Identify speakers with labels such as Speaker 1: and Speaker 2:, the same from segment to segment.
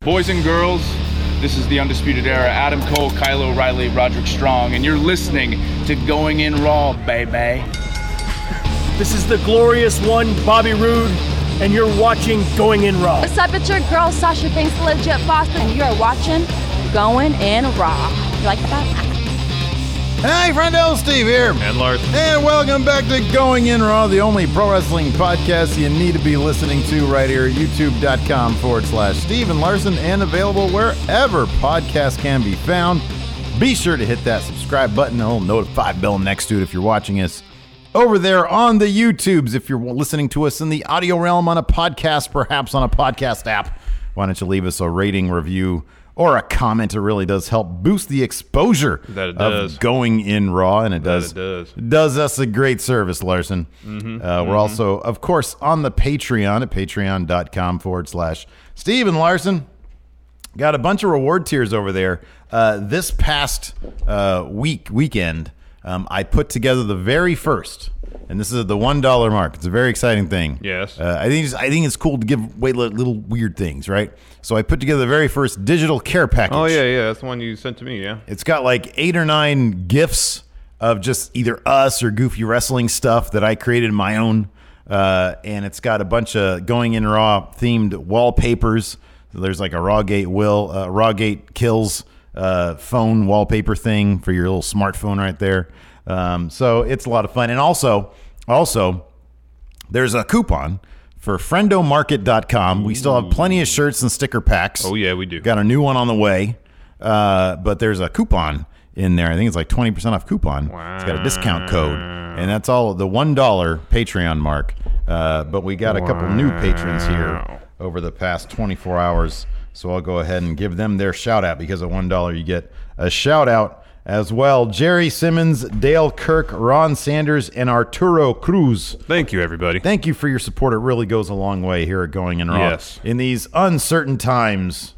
Speaker 1: Boys and girls, this is the Undisputed Era. Adam Cole, Kylo Riley, Roderick Strong, and you're listening to Going In Raw, baby.
Speaker 2: This is the glorious one, Bobby Roode, and you're watching Going In Raw.
Speaker 3: What's up, it's your girl Sasha Banks, the legit boss, and you're watching Going in Raw. You like that?
Speaker 4: Hey, friendo, Steve here.
Speaker 5: And Larson.
Speaker 4: And welcome back to Going In Raw, the only pro wrestling podcast you need to be listening to right here, youtube.com forward slash Steven Larson, and available wherever podcasts can be found. Be sure to hit that subscribe button, the little notify bell next to it if you're watching us over there on the YouTubes. If you're listening to us in the audio realm on a podcast, perhaps on a podcast app, why don't you leave us a rating, review, or a comment? It really does help boost the exposure
Speaker 5: That it
Speaker 4: of
Speaker 5: does.
Speaker 4: going in raw, and it
Speaker 5: That
Speaker 4: does
Speaker 5: it does. Mm-hmm.
Speaker 4: does us a great service, Larson. Uh, We're also, of course, on the Patreon at patreon.com forward slash Steven Larson. Got a bunch of reward tiers over there. Uh, this past uh, week weekend, um, I put together the very first, and this is at the one dollar mark. It's a very exciting thing.
Speaker 5: Yes.
Speaker 4: Uh, I think it's, I think it's cool to give away li- little weird things, right? So I put together the very first digital care package.
Speaker 5: Oh yeah, yeah, that's the one you sent to me. Yeah.
Speaker 4: It's got like eight or nine gifs of just either us or goofy wrestling stuff that I created my own. Uh, and it's got a bunch of going in raw themed wallpapers. There's like a Rawgate will, uh, Rawgate kills uh, phone wallpaper thing for your little smartphone right there. Um, so it's a lot of fun. And also, also, there's a coupon for friendomarket.com. We still have plenty of shirts and sticker packs.
Speaker 5: Oh, yeah, we do.
Speaker 4: Got a new one on the way. Uh, but there's a coupon in there. I think it's like 20% off coupon. It's got a discount code. And that's all the $1 Patreon mark. Uh, but we got a couple new patrons here over the past 24 hours. So I'll go ahead and give them their shout out because at $1 you get a shout out as well. Jerry Simmons, Dale Kirk, Ron Sanders, and Arturo Cruz.
Speaker 5: Thank you, everybody.
Speaker 4: Thank you for your support. It really goes a long way here at Going in Raw.
Speaker 5: Yes.
Speaker 4: In these uncertain times,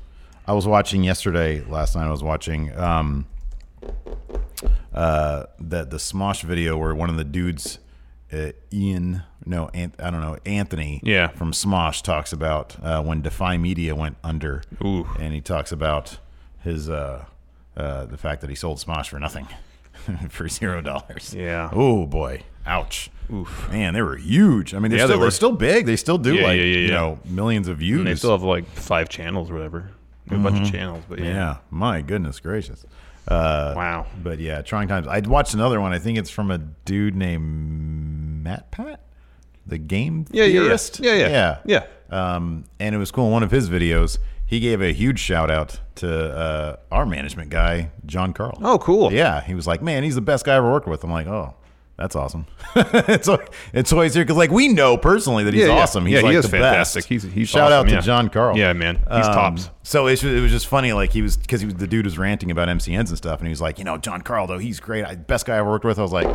Speaker 4: I was watching yesterday, last night I was watching um, uh, the, the Smosh video where one of the dudes, uh, Ian, no, Ant, I don't know, Anthony
Speaker 5: Yeah.
Speaker 4: from Smosh talks about uh, when Defy Media went under.
Speaker 5: Ooh.
Speaker 4: And he talks about his uh, uh, the fact that he sold Smosh for nothing. for zero dollars.
Speaker 5: Yeah.
Speaker 4: Oh boy. Ouch. Oof. Man, they were huge. I mean, they're,
Speaker 5: Yeah,
Speaker 4: still,
Speaker 5: they
Speaker 4: they
Speaker 5: were.
Speaker 4: are still big. They still do
Speaker 5: Yeah,
Speaker 4: like
Speaker 5: yeah, yeah,
Speaker 4: you
Speaker 5: yeah.
Speaker 4: know millions of views.
Speaker 5: And they still have like five channels or whatever. They have A
Speaker 4: Mm-hmm.
Speaker 5: bunch of channels, but yeah.
Speaker 4: yeah. My goodness gracious. Uh,
Speaker 5: Wow.
Speaker 4: But yeah, trying times. I watched another one. I think it's from a dude named Matt Pat, the game
Speaker 5: Yeah, yeah, yeah.
Speaker 4: theorist.
Speaker 5: Yeah, yeah.
Speaker 4: yeah, Um, and it was cool. In one of his videos, he gave a huge shout out to uh, our management guy, John Carl.
Speaker 5: Oh, cool.
Speaker 4: Yeah, he was like, man, he's the best guy I ever worked with. I'm like, oh, that's awesome. it's al- it's always here because like we know personally that he's
Speaker 5: Yeah, yeah.
Speaker 4: awesome. He's
Speaker 5: Yeah, he
Speaker 4: like
Speaker 5: is
Speaker 4: the
Speaker 5: fantastic.
Speaker 4: best.
Speaker 5: He's- he's
Speaker 4: shout out
Speaker 5: awesome,
Speaker 4: to
Speaker 5: yeah.
Speaker 4: John Carl. Um,
Speaker 5: Yeah, man. He's tops.
Speaker 4: So it's, it was just funny. Like he was because he was the dude was ranting about MCNs and stuff, and he was like, you know, John Carl though he's great, I, best guy I ever worked with. I was like,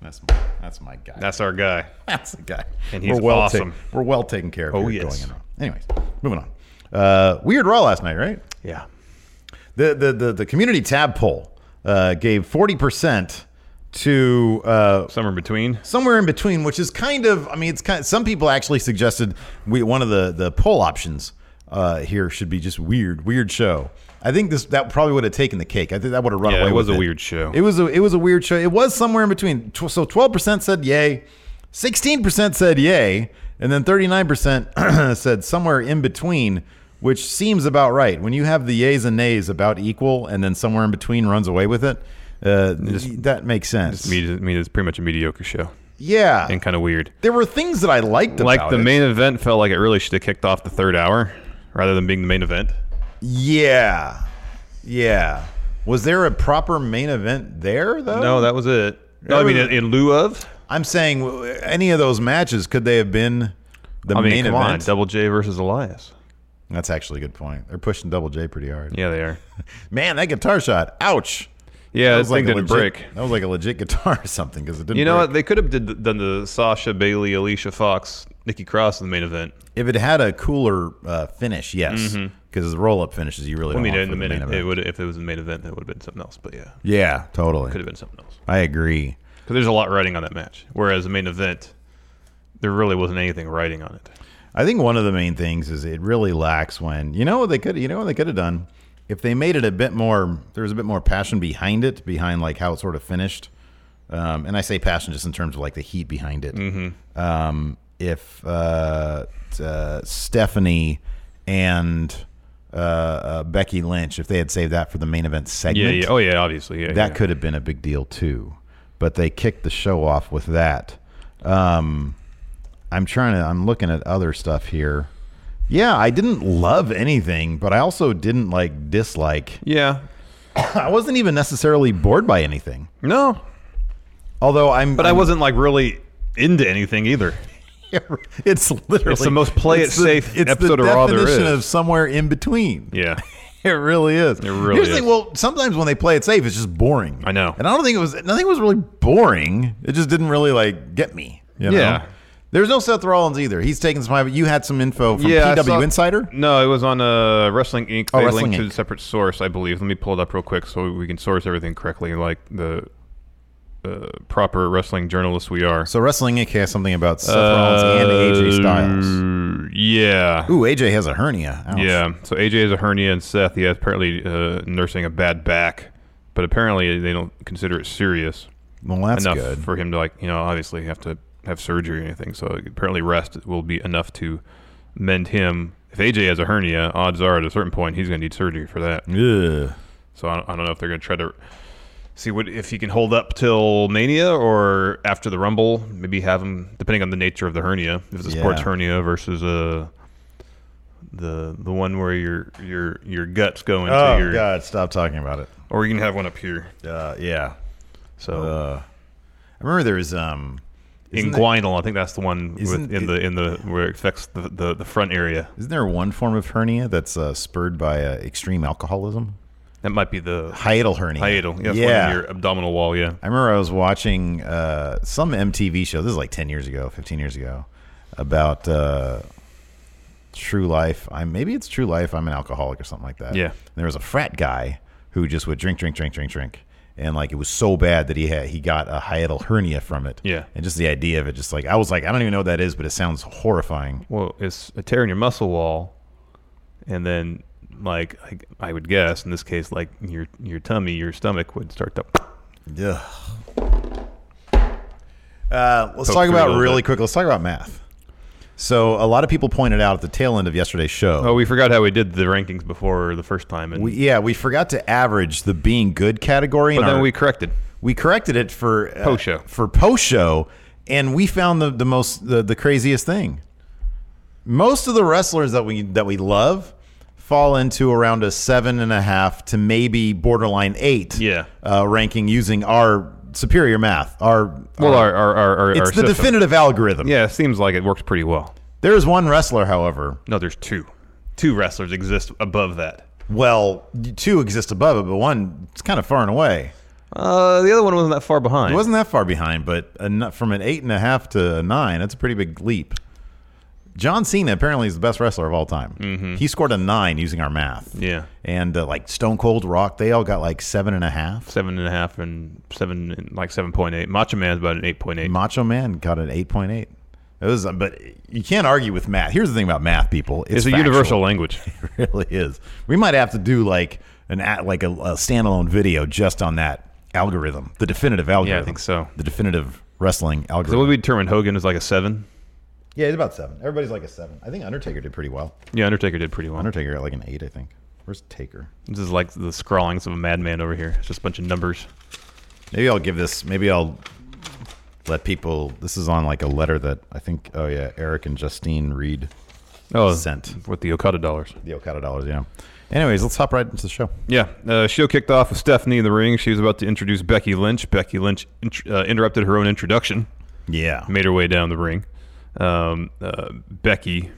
Speaker 4: that's my, that's my guy.
Speaker 5: That's our guy.
Speaker 4: That's the guy.
Speaker 5: And he's
Speaker 4: we're well
Speaker 5: awesome.
Speaker 4: taken- we're well taken care of.
Speaker 5: Oh,
Speaker 4: here at
Speaker 5: yes.
Speaker 4: Going in. Anyways, moving on. Uh, Weird Raw last night, right?
Speaker 5: Yeah.
Speaker 4: The the the, the community tab poll uh, gave forty percent to uh,
Speaker 5: Somewhere between.
Speaker 4: somewhere in between, which is kind of. I mean, it's kind. some people actually suggested we one of the the poll options uh, here should be just weird, weird show. I think this that probably would have taken the cake. I think that would have run
Speaker 5: Yeah,
Speaker 4: away.
Speaker 5: it was
Speaker 4: with
Speaker 5: a weird show.
Speaker 4: It was a it was a weird show. It was somewhere in between. Tw- So twelve percent said yay, sixteen percent said yay, and then thirty nine percent said somewhere in between. Which seems about right. When you have the yays and nays about equal, and then somewhere in between runs away with it, uh, that makes sense.
Speaker 5: Mm-hmm. Me- I mean, it's pretty much a mediocre show
Speaker 4: yeah,
Speaker 5: and kind of weird.
Speaker 4: there were things that I liked about
Speaker 5: Like the
Speaker 4: it.
Speaker 5: main event felt like it really should have kicked off the third hour rather than being the main event.
Speaker 4: Yeah, yeah. Was there a proper main event there though?
Speaker 5: No, that was it. No, I mean, in, in lieu of.
Speaker 4: I'm saying w- any of those matches could they have been the
Speaker 5: I mean,
Speaker 4: main
Speaker 5: come on,
Speaker 4: event?
Speaker 5: Double J versus Elias.
Speaker 4: That's actually a good point. They're pushing Double J pretty hard.
Speaker 5: Yeah, they are.
Speaker 4: Man, that guitar shot. Ouch.
Speaker 5: Yeah,
Speaker 4: That
Speaker 5: that thing
Speaker 4: a
Speaker 5: didn't
Speaker 4: legit-
Speaker 5: break.
Speaker 4: That was like a legit guitar or something because it didn't.
Speaker 5: You know
Speaker 4: break.
Speaker 5: what? They could have did, done the Sasha Bailey, Alicia Fox, Nikki Cross in the main event.
Speaker 4: If it had a cooler uh, finish, yes, because the roll-up finishes you really.
Speaker 5: I
Speaker 4: don't
Speaker 5: mean,
Speaker 4: want for
Speaker 5: in the
Speaker 4: the main
Speaker 5: minute,
Speaker 4: event.
Speaker 5: Mm-hmm. it would if it was the main event, it would have been something else. But yeah,
Speaker 4: Yeah,
Speaker 5: could have
Speaker 4: totally.
Speaker 5: been something else.
Speaker 4: I agree.
Speaker 5: Because there's a lot writing on that match, whereas the main event, there really wasn't anything writing on it.
Speaker 4: I think one of the main things is it really lacks when you know what they could you know what they could have done if they made it a bit more there was a bit more passion behind it behind like how it sort of finished um, and I say passion just in terms of like the heat behind it
Speaker 5: Mm-hmm.
Speaker 4: um, if uh, t- uh, Stephanie and uh, uh, Becky Lynch if they had saved that for the main event
Speaker 5: Yeah,
Speaker 4: segment
Speaker 5: yeah. Oh yeah, obviously. Yeah,
Speaker 4: that
Speaker 5: yeah.
Speaker 4: could have been a big deal too but they kicked the show off with that um i'm trying to i'm looking at other stuff here yeah i didn't love anything but i also didn't like dislike
Speaker 5: Yeah.
Speaker 4: i wasn't even necessarily bored by anything
Speaker 5: No,
Speaker 4: although i'm
Speaker 5: but I wasn't like really into anything either.
Speaker 4: it's literally
Speaker 5: It's the most play it
Speaker 4: it's the-
Speaker 5: safe
Speaker 4: it's
Speaker 5: episode
Speaker 4: the
Speaker 5: of Raw there
Speaker 4: definition
Speaker 5: is.
Speaker 4: of somewhere in between
Speaker 5: Yeah.
Speaker 4: It really is. It
Speaker 5: really
Speaker 4: Here's the
Speaker 5: is.
Speaker 4: thing, well, sometimes when they play it safe, it's just boring.
Speaker 5: I know.
Speaker 4: And I don't think it was nothing was really boring. It just didn't really like get me. You know?
Speaker 5: Yeah.
Speaker 4: There's no Seth Rollins either. He's taking some. You had some info from
Speaker 5: yeah, I
Speaker 4: PW
Speaker 5: saw-
Speaker 4: Insider.
Speaker 5: No, it was on uh, Wrestling Inc.
Speaker 4: Oh,
Speaker 5: They
Speaker 4: Wrestling
Speaker 5: linked to
Speaker 4: Inc.
Speaker 5: a separate source, I believe. Let me pull it up real quick so we can source everything correctly, like the uh, proper wrestling journalists we are.
Speaker 4: So Wrestling Inc. has something about Seth Rollins and AJ Styles.
Speaker 5: Uh, Oh, Yeah.
Speaker 4: Ooh, AJ has a hernia. Ouch.
Speaker 5: Yeah. So AJ has a hernia, and Seth, yeah, apparently uh, nursing a bad back, but apparently they don't consider it serious
Speaker 4: Well, that's
Speaker 5: enough
Speaker 4: good.
Speaker 5: for him to like, you know, obviously have to have surgery or anything. So apparently rest will be enough to mend him. If AJ has a hernia, odds are at a certain point he's going to need surgery for that.
Speaker 4: Ugh.
Speaker 5: So I don't, I don't know if they're going to try to see what if he can hold up till Mania or after the Rumble. Maybe have him depending on the nature of the hernia. If it's a
Speaker 4: Yeah.
Speaker 5: sports hernia versus a the the one where your your your guts go into
Speaker 4: Oh
Speaker 5: your
Speaker 4: God! Stop talking about it.
Speaker 5: or you can have one up here.
Speaker 4: Uh, yeah.
Speaker 5: So
Speaker 4: I remember there was um.
Speaker 5: in
Speaker 4: Uh, isn't there-
Speaker 5: guinal, I think that's the one
Speaker 4: isn't
Speaker 5: with, in
Speaker 4: it-
Speaker 5: the in the where it affects the, the, the front area.
Speaker 4: Isn't there one form of hernia that's uh, spurred by uh, extreme alcoholism?
Speaker 5: That might be the
Speaker 4: Hiatal hernia.
Speaker 5: hiatal. Yeah, that's one in your abdominal wall. Yeah.
Speaker 4: I remember I was watching uh, some MTV show. This is like ten years ago, fifteen years ago, about uh, True Life. I maybe it's True Life. I'm an alcoholic or something like that.
Speaker 5: Yeah.
Speaker 4: And there was a frat guy who just would drink, drink, drink, drink, drink, and like it was so bad that he had he got a hiatal hernia from it.
Speaker 5: Yeah.
Speaker 4: And just the idea of it, just like I was like, I don't even know what that is, but it sounds horrifying.
Speaker 5: Well, it's a tear in your muscle wall, and then like I, I would guess in this case, like your your tummy, your stomach would start to.
Speaker 4: Ugh. Uh, let's talk
Speaker 5: Poke through a
Speaker 4: about
Speaker 5: little
Speaker 4: really
Speaker 5: bit.
Speaker 4: quick. Let's talk about math. So a lot of people pointed out at the tail end of yesterday's show.
Speaker 5: Oh, we forgot how we did the rankings before the first time, and
Speaker 4: We, yeah, we forgot to average the being good category.
Speaker 5: but
Speaker 4: in
Speaker 5: then
Speaker 4: our-
Speaker 5: we corrected.
Speaker 4: we corrected it for uh,
Speaker 5: Post-show.
Speaker 4: for post show, and we found the the most the, the craziest thing. Most of the wrestlers that we that we love fall into around a seven and a half to maybe borderline eight.
Speaker 5: Yeah.
Speaker 4: uh, ranking using our superior math. Our
Speaker 5: Well, our our our, our,
Speaker 4: it's
Speaker 5: our
Speaker 4: the
Speaker 5: system.
Speaker 4: definitive algorithm.
Speaker 5: Yeah, it seems like it works pretty well.
Speaker 4: There is one wrestler, however,
Speaker 5: No, there's two, two wrestlers exist above that.
Speaker 4: well, two exist above it, but one it's kind of far and away.
Speaker 5: Uh, the other one wasn't that far behind.
Speaker 4: It wasn't that far behind, but enough, from an eight and a half to a nine, that's a pretty big leap. John Cena apparently is the best wrestler of all time. He scored a nine using our math.
Speaker 5: Mm-hmm. Yeah.
Speaker 4: and uh, like Stone Cold, Rock, they all got like seven and a half.
Speaker 5: seven and a half and seven, and like seven point eight. Macho Man's about an eight point eight.
Speaker 4: Macho Man got an eight point eight. It was, uh, but you can't argue with math. Here's the thing about math, people:
Speaker 5: It's,
Speaker 4: it's,
Speaker 5: a
Speaker 4: factual.
Speaker 5: universal language.
Speaker 4: It really is. We might have to do like an at like a, a standalone video just on that algorithm, the definitive algorithm.
Speaker 5: think so.
Speaker 4: The definitive wrestling
Speaker 5: So
Speaker 4: algorithm.
Speaker 5: what we determined Hogan is like a seven.
Speaker 4: Yeah, it's about seven. Everybody's like a seven. I think Undertaker did pretty well.
Speaker 5: Yeah, Undertaker did pretty well.
Speaker 4: Undertaker got like an eight, I think. Where's Taker?
Speaker 5: This is like the scrawlings of a madman over here. It's just a bunch of numbers.
Speaker 4: Maybe I'll give this. Maybe I'll let people. This is on like a letter that I think. Oh yeah, Eric and Justine read
Speaker 5: Oh,
Speaker 4: Cent.
Speaker 5: with the Okada dollars.
Speaker 4: the Okada dollars. Yeah. Anyways, let's hop right into the show.
Speaker 5: Yeah, uh, show kicked off with Stephanie in the ring. She was about to introduce Becky Lynch. Becky Lynch int- uh, interrupted her own introduction,
Speaker 4: Yeah.
Speaker 5: made her way down the ring. Um, uh, Becky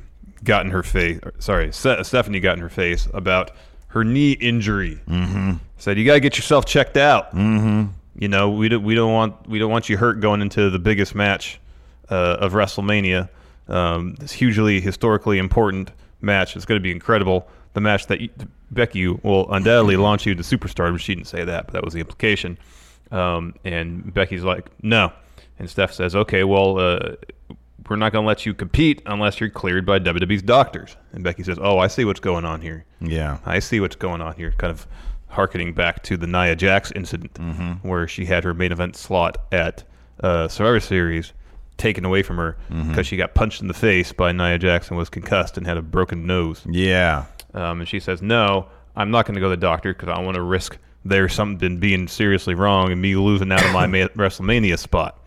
Speaker 5: got in her face. or, Sorry, Se- Stephanie got in her face about her knee injury. Mm-hmm. Said you got to get yourself checked out. Mm-hmm. You know we don't we don't want we don't want you hurt going into the biggest match uh, of WrestleMania. Um, this hugely historically important match. It's going to be incredible. The match that you, Becky will undoubtedly launch you to superstardom. She didn't say that, but that was the implication. Um, and Becky's like, no. And Steph says, okay, well, uh, we're not going to let you compete unless you're cleared by WWE's doctors. And Becky says, oh, I see what's going on here.
Speaker 4: Yeah.
Speaker 5: I see what's going on here. Kind of harkening back to the Nia Jax incident, where she had her main event slot at uh, Survivor Series taken away from her because she got punched in the face by Nia Jax and was concussed and had a broken nose.
Speaker 4: Yeah.
Speaker 5: Um, and she says, "No, I'm not going to go to the doctor because I want to risk there something being seriously wrong and me losing out on my ma- WrestleMania spot."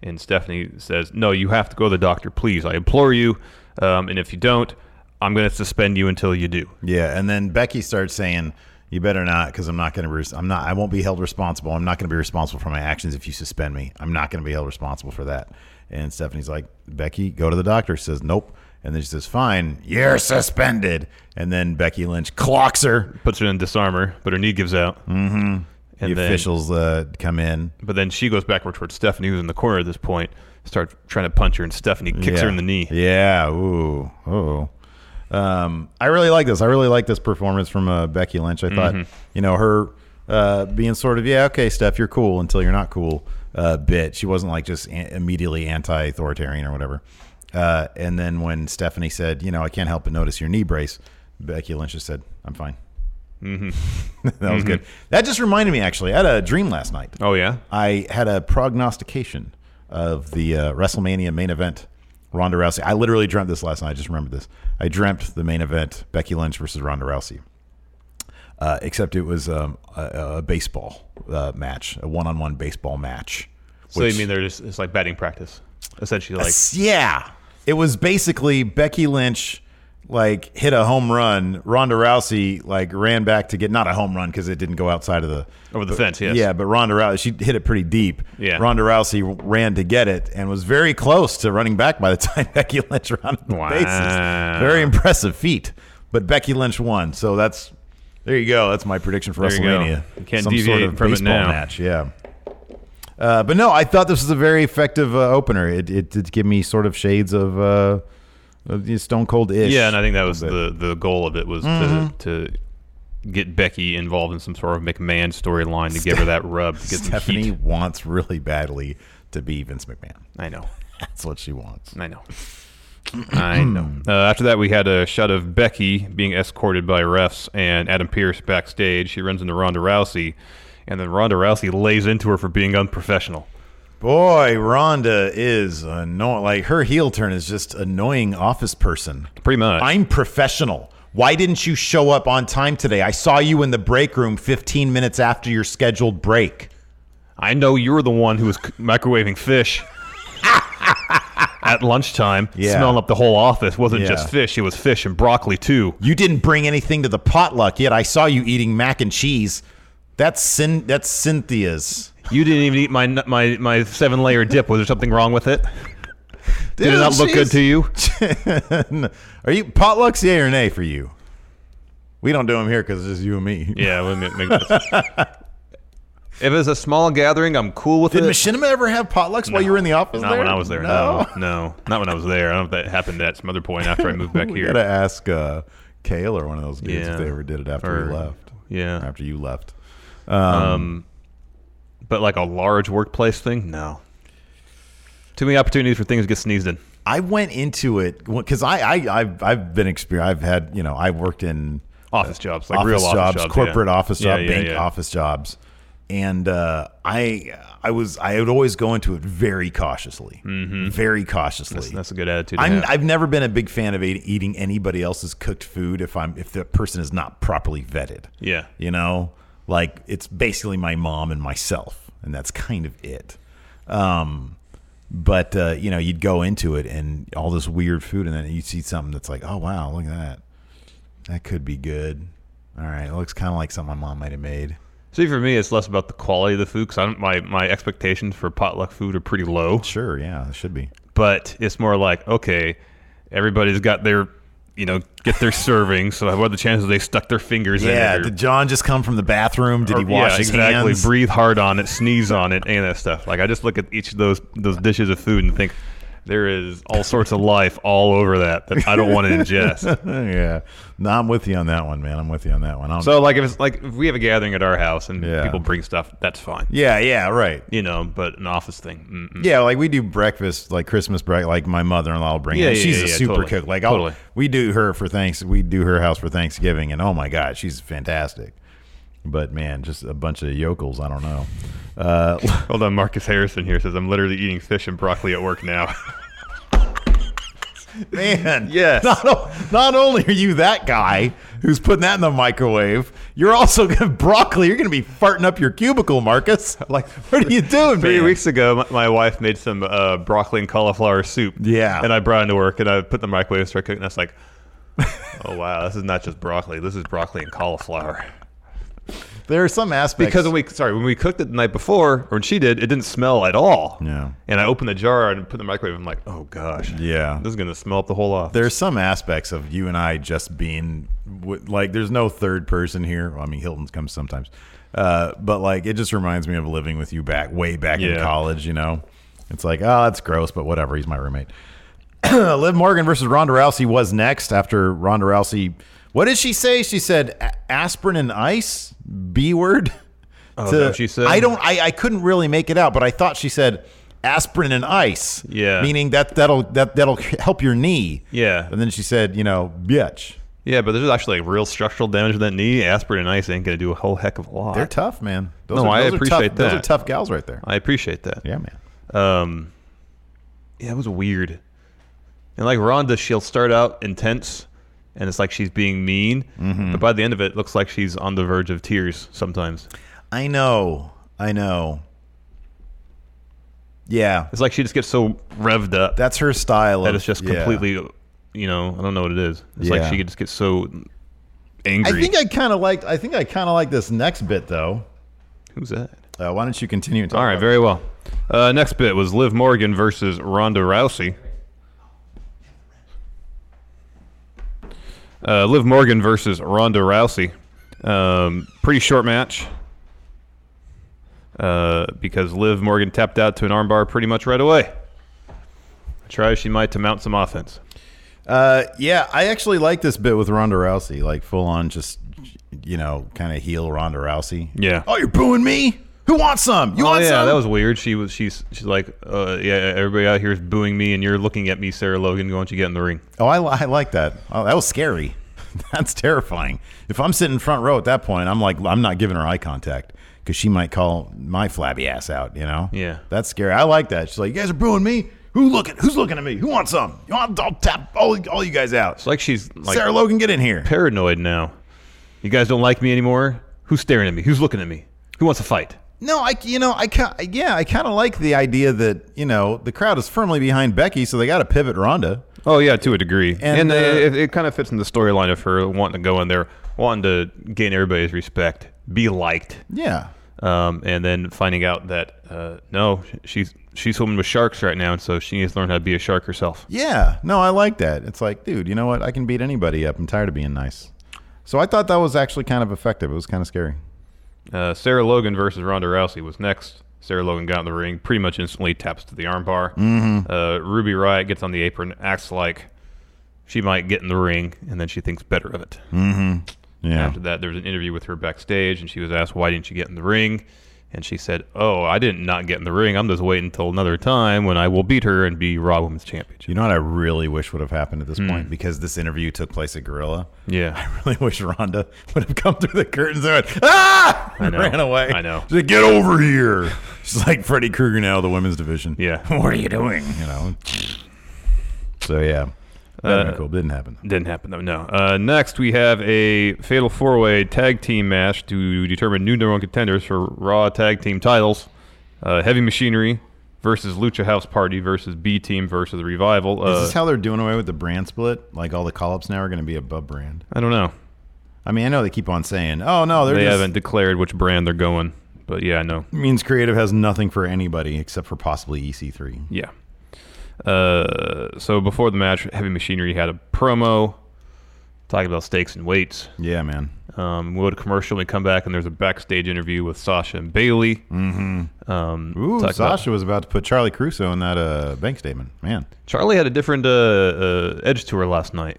Speaker 5: And Stephanie says, "No, you have to go to the doctor, please. I implore you. Um, and if you don't, I'm going to suspend you until you do."
Speaker 4: Yeah, and then Becky starts saying, "You better not, because I'm not going to. Res- I'm not. I won't be held responsible. I'm not going to be responsible for my actions if you suspend me. I'm not going to be held responsible for that." And Stephanie's like, "Becky, go to the doctor." She says, "Nope." And then she says, "Fine, you're suspended." And then Becky Lynch clocks her.
Speaker 5: Puts her in disarmor, but her knee gives out. Mm-hmm. And
Speaker 4: the
Speaker 5: then,
Speaker 4: officials uh, come in.
Speaker 5: but then she goes backward towards Stephanie, who's in the corner at this point. Starts trying to punch her, and Stephanie kicks her
Speaker 4: Yeah.
Speaker 5: in the knee.
Speaker 4: Yeah. Ooh. Oh. Um, I really like this. I really like this performance from uh, Becky Lynch. I thought,
Speaker 5: Mm-hmm.
Speaker 4: you know, her uh, being sort of, yeah, okay, Steph, you're cool until you're not cool, uh, bit. She wasn't like just an- immediately anti-authoritarian or whatever. Uh, and then when Stephanie said, you know, I can't help but notice your knee brace, Becky Lynch just said, I'm fine. Mm-hmm. that was good. That just reminded me, actually, I had a dream last night.
Speaker 5: Oh yeah,
Speaker 4: I had a prognostication of the uh, WrestleMania main event, Ronda Rousey. I literally dreamt this last night. I just remembered this. I dreamt the main event, Becky Lynch versus Ronda Rousey. Uh, except it was um, a, a baseball uh, match, a one-on-one baseball match.
Speaker 5: So
Speaker 4: which-
Speaker 5: you mean they're just it's like batting practice, essentially? Like
Speaker 4: S- yeah, it was basically Becky Lynch like hit a home run. Ronda Rousey like ran back to get not a home run because it didn't go outside of the
Speaker 5: Over the fence, yes.
Speaker 4: Yeah, but Ronda Rousey she hit it pretty deep.
Speaker 5: Yeah.
Speaker 4: Ronda Rousey ran to get it and was very close to running back by the time Becky Lynch ran on the
Speaker 5: Wow.
Speaker 4: bases. Very impressive feat, but Becky Lynch won. So that's there you go. That's my prediction for
Speaker 5: There you go.
Speaker 4: WrestleMania.
Speaker 5: You can't
Speaker 4: Some sort
Speaker 5: deviate
Speaker 4: of
Speaker 5: from it
Speaker 4: baseball
Speaker 5: now.
Speaker 4: match. Yeah. Uh, but no, I thought this was a very effective uh, opener. It, it did give me sort of shades of, uh, of the Stone Cold ish.
Speaker 5: yeah, and I think that was the the goal of it was
Speaker 4: Mm-hmm.
Speaker 5: to to get Becky involved in some sort of McMahon storyline to give her that rub, to get some
Speaker 4: Stephanie
Speaker 5: heat.
Speaker 4: wants really badly to be Vince McMahon.
Speaker 5: I know,
Speaker 4: That's what she wants.
Speaker 5: I know, I know.
Speaker 4: Hmm.
Speaker 5: Uh, after that, we had a shot of Becky being escorted by refs and Adam Pierce backstage. She runs into Ronda Rousey, and then Ronda Rousey lays into her for being unprofessional.
Speaker 4: Boy, Rhonda is annoying. Like her heel turn is just annoying office person.
Speaker 5: Pretty much.
Speaker 4: I'm professional. Why didn't you show up on time today? I saw you in the break room 15 minutes after your scheduled break.
Speaker 5: I know you're the one who was c- microwaving fish at lunchtime,
Speaker 4: Yeah.
Speaker 5: smelling up the whole office. wasn't
Speaker 4: Yeah.
Speaker 5: just fish; it was fish and broccoli too.
Speaker 4: You didn't bring anything to the potluck yet. I saw you eating mac and cheese. That's Cyn- that's Cynthia's.
Speaker 5: You didn't even eat my n- my my seven layer dip. Was there something wrong with it? Did it not look good to you?
Speaker 4: you? Are you potlucks yay or nay for you? We don't do them here because it's just you and me.
Speaker 5: Yeah. Let me make this. if it's a small gathering, I'm cool with
Speaker 4: Did
Speaker 5: it.
Speaker 4: Machinima ever have potlucks while you were in the office?
Speaker 5: not
Speaker 4: there?
Speaker 5: when I was there. No. no, not when I was there. I don't know if that happened at some other point after I moved back
Speaker 4: we
Speaker 5: here.
Speaker 4: gotta ask uh, Kale or one of those dudes
Speaker 5: Yeah.
Speaker 4: if they ever did it after
Speaker 5: Or-
Speaker 4: we left.
Speaker 5: yeah.
Speaker 4: after you left.
Speaker 5: Um, but like a large workplace thing, no. Too many opportunities for things to get sneezed in.
Speaker 4: I went into it because I, I I've, I've been experienced. I've had you know I worked in
Speaker 5: Office jobs, like
Speaker 4: office
Speaker 5: real office
Speaker 4: jobs,
Speaker 5: jobs, yeah.
Speaker 4: corporate office
Speaker 5: Yeah,
Speaker 4: job,
Speaker 5: yeah,
Speaker 4: bank
Speaker 5: yeah.
Speaker 4: office jobs, and uh, I I was I would always go into it very cautiously, very cautiously.
Speaker 5: Mm-hmm. That's a good attitude. to
Speaker 4: I'm,
Speaker 5: have.
Speaker 4: I've never been a big fan of eat- eating anybody else's cooked food if I'm if the person is not properly vetted.
Speaker 5: Yeah.
Speaker 4: you know, like it's basically my mom and myself, and that's kind of it. Um, but uh, you know, you'd go into it and all this weird food, and then you'd see something that's like, oh wow, look at that, that could be good. All right, it looks kind of like something my mom might have made.
Speaker 5: See, for me, it's less about the quality of the food because my my expectations for potluck food are pretty low.
Speaker 4: Sure, yeah, it should be.
Speaker 5: But it's more like okay, everybody's got their you know, get their serving. So what are the chances they stuck their fingers
Speaker 4: Yeah,
Speaker 5: in it? or-
Speaker 4: did John just come from the bathroom? Did he
Speaker 5: or-
Speaker 4: wash
Speaker 5: yeah,
Speaker 4: his
Speaker 5: exactly.
Speaker 4: hands?
Speaker 5: Breathe hard on it, sneeze on it, and that stuff. Like I just look at each of those those dishes of food and think there is all sorts of life all over that that I don't want to ingest.
Speaker 4: yeah. No, I'm with you on that one, man. I'm with you on that one. I'm,
Speaker 5: So like if it's like if we have a gathering at our house and
Speaker 4: Yeah.
Speaker 5: people bring stuff, that's fine.
Speaker 4: yeah, yeah, right.
Speaker 5: You know, but an office thing. Mm-mm.
Speaker 4: Yeah, like we do breakfast, like Christmas break. Like my mother in law will bring
Speaker 5: Yeah,
Speaker 4: it.
Speaker 5: yeah,
Speaker 4: She's
Speaker 5: yeah,
Speaker 4: a
Speaker 5: yeah,
Speaker 4: super
Speaker 5: totally.
Speaker 4: cook. Like I'll-
Speaker 5: Totally.
Speaker 4: we do her for thanks. We do her house for Thanksgiving, and oh my god, she's fantastic. But man, just a bunch of yokels. I don't know. Uh,
Speaker 5: Hold on, Marcus Harrison here says I'm literally eating fish and broccoli at work now.
Speaker 4: man,
Speaker 5: Yes.
Speaker 4: Not, o- not only are you that guy who's putting that in the microwave, you're also gonna broccoli. You're gonna be farting up your cubicle, Marcus. Like, what are you doing,
Speaker 5: Three
Speaker 4: man?
Speaker 5: weeks ago, my, my wife made some uh, broccoli and cauliflower soup.
Speaker 4: Yeah.
Speaker 5: And I brought it into work and I put it in the microwave and started cooking. And I was like, oh, wow, this is not just broccoli. This is broccoli and cauliflower.
Speaker 4: There are some aspects
Speaker 5: Because when we, sorry, when we cooked it the night before, or when she did, it didn't smell at all.
Speaker 4: Yeah.
Speaker 5: And I opened the jar and put it in the microwave. I'm like, oh, gosh.
Speaker 4: Yeah.
Speaker 5: This is going to smell up the whole office.
Speaker 4: there's some aspects of you and I just being w- like there's no third person here. Well, I mean Hilton comes sometimes, uh, but like it just reminds me of living with you back way back in
Speaker 5: Yeah.
Speaker 4: college. You know, it's like oh that's gross, but whatever. He's my roommate. Liv Morgan versus Ronda Rousey was next after Ronda Rousey. What did she say? She said "A- aspirin and ice B word.
Speaker 5: Oh,
Speaker 4: to-
Speaker 5: is that what she said?
Speaker 4: I don't. I, I couldn't really make it out, but I thought she said aspirin and ice.
Speaker 5: Yeah.
Speaker 4: meaning that that'll that that'll help your knee.
Speaker 5: Yeah.
Speaker 4: And then she said, you know, bitch.
Speaker 5: yeah, but there's actually like, real structural damage to that knee. Aspirin and ice ain't going to do a whole heck of a lot.
Speaker 4: They're tough, man. Those
Speaker 5: No,
Speaker 4: are,
Speaker 5: I
Speaker 4: those are tough,
Speaker 5: appreciate
Speaker 4: Those are
Speaker 5: that.
Speaker 4: tough gals right there.
Speaker 5: I appreciate that.
Speaker 4: Yeah, man.
Speaker 5: Um, yeah, it was weird. And like Rhonda, she'll start out intense, and it's like she's being mean,
Speaker 4: Mm-hmm.
Speaker 5: but by the end of it, it looks like she's on the verge of tears sometimes.
Speaker 4: I know. I know. Yeah,
Speaker 5: It's like she just gets so revved up
Speaker 4: that's her style.
Speaker 5: that
Speaker 4: of-
Speaker 5: it's just
Speaker 4: yeah.
Speaker 5: completely, you know, I don't know what it is. It's
Speaker 4: Yeah.
Speaker 5: like she just gets so angry.
Speaker 4: I think I kind of liked. I think I kind of like this next bit though.
Speaker 5: Who's that?
Speaker 4: Uh, why don't you continue? And talk
Speaker 5: All right,
Speaker 4: about
Speaker 5: very well. Uh, next bit was Liv Morgan versus Ronda Rousey. Uh, Liv Morgan versus Ronda Rousey. Um, pretty short match uh, because Liv Morgan tapped out to an armbar pretty much right away. Try as she might to mount some offense.
Speaker 4: Uh, yeah, I actually like this bit with Ronda Rousey, like full on, just you know, kind of heel Ronda Rousey.
Speaker 5: Yeah.
Speaker 4: Oh, you're booing me? Who wants some? You
Speaker 5: Oh
Speaker 4: want
Speaker 5: yeah,
Speaker 4: some?
Speaker 5: that was weird. She was she's she's like, uh, yeah, everybody out here is booing me, and you're looking at me, Sarah Logan. Why don't you get in the ring?
Speaker 4: oh, I, li- I like that. Oh, that was scary. That's terrifying. If I'm sitting front row at that point, I'm like, I'm not giving her eye contact because she might call my flabby ass out. You know?
Speaker 5: Yeah.
Speaker 4: That's scary. I like that. She's like, you guys are booing me. Who looking? Who's looking at me? Who wants some? You want? I'll tap all, all you guys out.
Speaker 5: It's like she's like
Speaker 4: Sarah Logan, get in here.
Speaker 5: paranoid now. You guys don't like me anymore? Who's staring at me? Who's looking at me? Who wants to fight?
Speaker 4: No, I you know I ca- yeah I kind of like the idea that you know the crowd is firmly behind Becky, so they got to pivot Ronda.
Speaker 5: Oh yeah, to a degree,
Speaker 4: And,
Speaker 5: and,
Speaker 4: uh,
Speaker 5: it, it kind of fits in the storyline of her wanting to go in there, wanting to gain everybody's respect, be liked,
Speaker 4: Yeah,
Speaker 5: um, and then finding out that uh, no, she's she's swimming with sharks right now, and so she needs to learn how to be a shark herself.
Speaker 4: yeah. No, I like that. It's like, dude, you know what? I can beat anybody up. I'm tired of being nice. So I thought that was actually kind of effective. It was kind of scary.
Speaker 5: Uh, Sarah Logan versus Ronda Rousey was next. Sarah Logan got in the ring, pretty much instantly taps to the armbar. Uh, Ruby Riot gets on the apron, acts like she might get in the ring, and then she thinks better of it.
Speaker 4: Yeah,
Speaker 5: After that, there was an interview with her backstage, and she was asked, Why didn't you get in the ring? And she said, Oh, I didn't not get in the ring. I'm just waiting until another time when I will beat her and be Raw Women's Champion.
Speaker 4: you know what I really wish would have happened at this
Speaker 5: Hmm.
Speaker 4: point because this interview took place at Gorilla.
Speaker 5: Yeah.
Speaker 4: I really wish Ronda would have come through the curtains and went, ah, and
Speaker 5: know.
Speaker 4: ran away.
Speaker 5: I know.
Speaker 4: She's like, get over here. She's like Freddy Krueger now, of the women's division.
Speaker 5: Yeah.
Speaker 4: what are you doing? You know. So yeah, that
Speaker 5: Uh,
Speaker 4: cool. Didn't happen.
Speaker 5: Didn't happen though. No. Uh, next, we have a fatal four-way tag team match to determine new number one contenders for Raw tag team titles. Uh, Heavy Machinery versus Lucha House Party versus B Team versus Revival.
Speaker 4: Is
Speaker 5: Uh,
Speaker 4: this how they're doing away with the brand split? Like all the call ups now are going to be above brand.
Speaker 5: I don't know.
Speaker 4: I mean, I know they keep on saying, "Oh no, they're
Speaker 5: They
Speaker 4: just,
Speaker 5: haven't declared which brand they're going, but yeah, I know.
Speaker 4: means creative has nothing for anybody except for possibly E EC3."
Speaker 5: Yeah. Uh, so before the match, Heavy Machinery had a promo talking about stakes and weights.
Speaker 4: Yeah, man.
Speaker 5: Um, we go to commercial. We come back, and there's a backstage interview with Sasha and Bailey. Mm-hmm. Um,
Speaker 4: Ooh,
Speaker 5: talk about-
Speaker 4: Sasha was about to put Charlie Crusoe in that uh, bank statement. Man,
Speaker 5: Charlie had a different uh, uh, edge to her last night.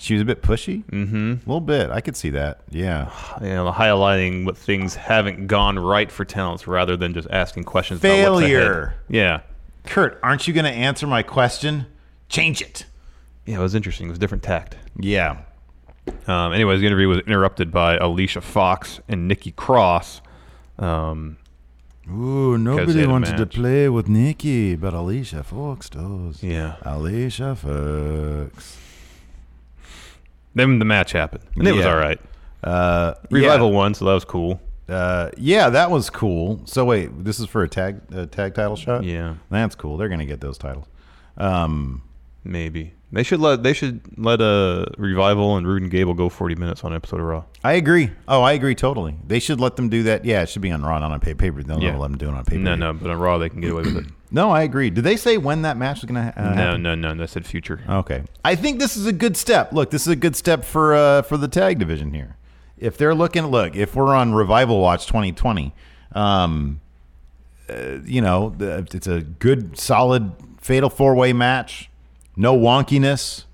Speaker 4: she was a bit pushy. Mm-hmm. A little bit. I could see that. Yeah.
Speaker 5: You know, highlighting what things haven't gone right for talents, rather than just asking questions. About what's ahead.
Speaker 4: Failure.
Speaker 5: Yeah,
Speaker 4: Kurt, aren't you going to answer my question? Change it.
Speaker 5: yeah, it was interesting. It was different tact.
Speaker 4: Yeah.
Speaker 5: Um, anyways, the interview was interrupted by Alicia Fox and Nikki Cross. Um,
Speaker 4: Ooh,
Speaker 5: they
Speaker 4: nobody
Speaker 5: had a
Speaker 4: wanted to
Speaker 5: match.
Speaker 4: play with Nikki, but Alicia Fox does.
Speaker 5: Yeah.
Speaker 4: Alicia Fox.
Speaker 5: then the match happened, and it was
Speaker 4: Yeah.
Speaker 5: all right.
Speaker 4: Uh,
Speaker 5: Revival won, so that was cool.
Speaker 4: Yeah, uh, yeah, that was cool. So wait, this is for a tag a tag title shot.
Speaker 5: Yeah.
Speaker 4: that's cool. They're gonna get those titles. Um,
Speaker 5: Maybe they should let they should let uh, Revival and Rude and Gable go 40 minutes on an episode of Raw.
Speaker 4: I agree. Oh, I agree totally. They should let them do that. Yeah, it should be on Raw, not on pay per. They'll
Speaker 5: Yeah.
Speaker 4: never let them do it on pay per.
Speaker 5: No, no, but on Raw they can get away with it.
Speaker 4: no. I agree. Did they say when that match was gonna ha- uh, happen?
Speaker 5: No, no, no. That said future.
Speaker 4: Okay. I think this is a good step. Look, this is a good step for uh, for the tag division here. If they're looking, look, if we're on Revival Watch 2020, um, uh, you know, the- it's a good, solid fatal four way match. No wonkiness.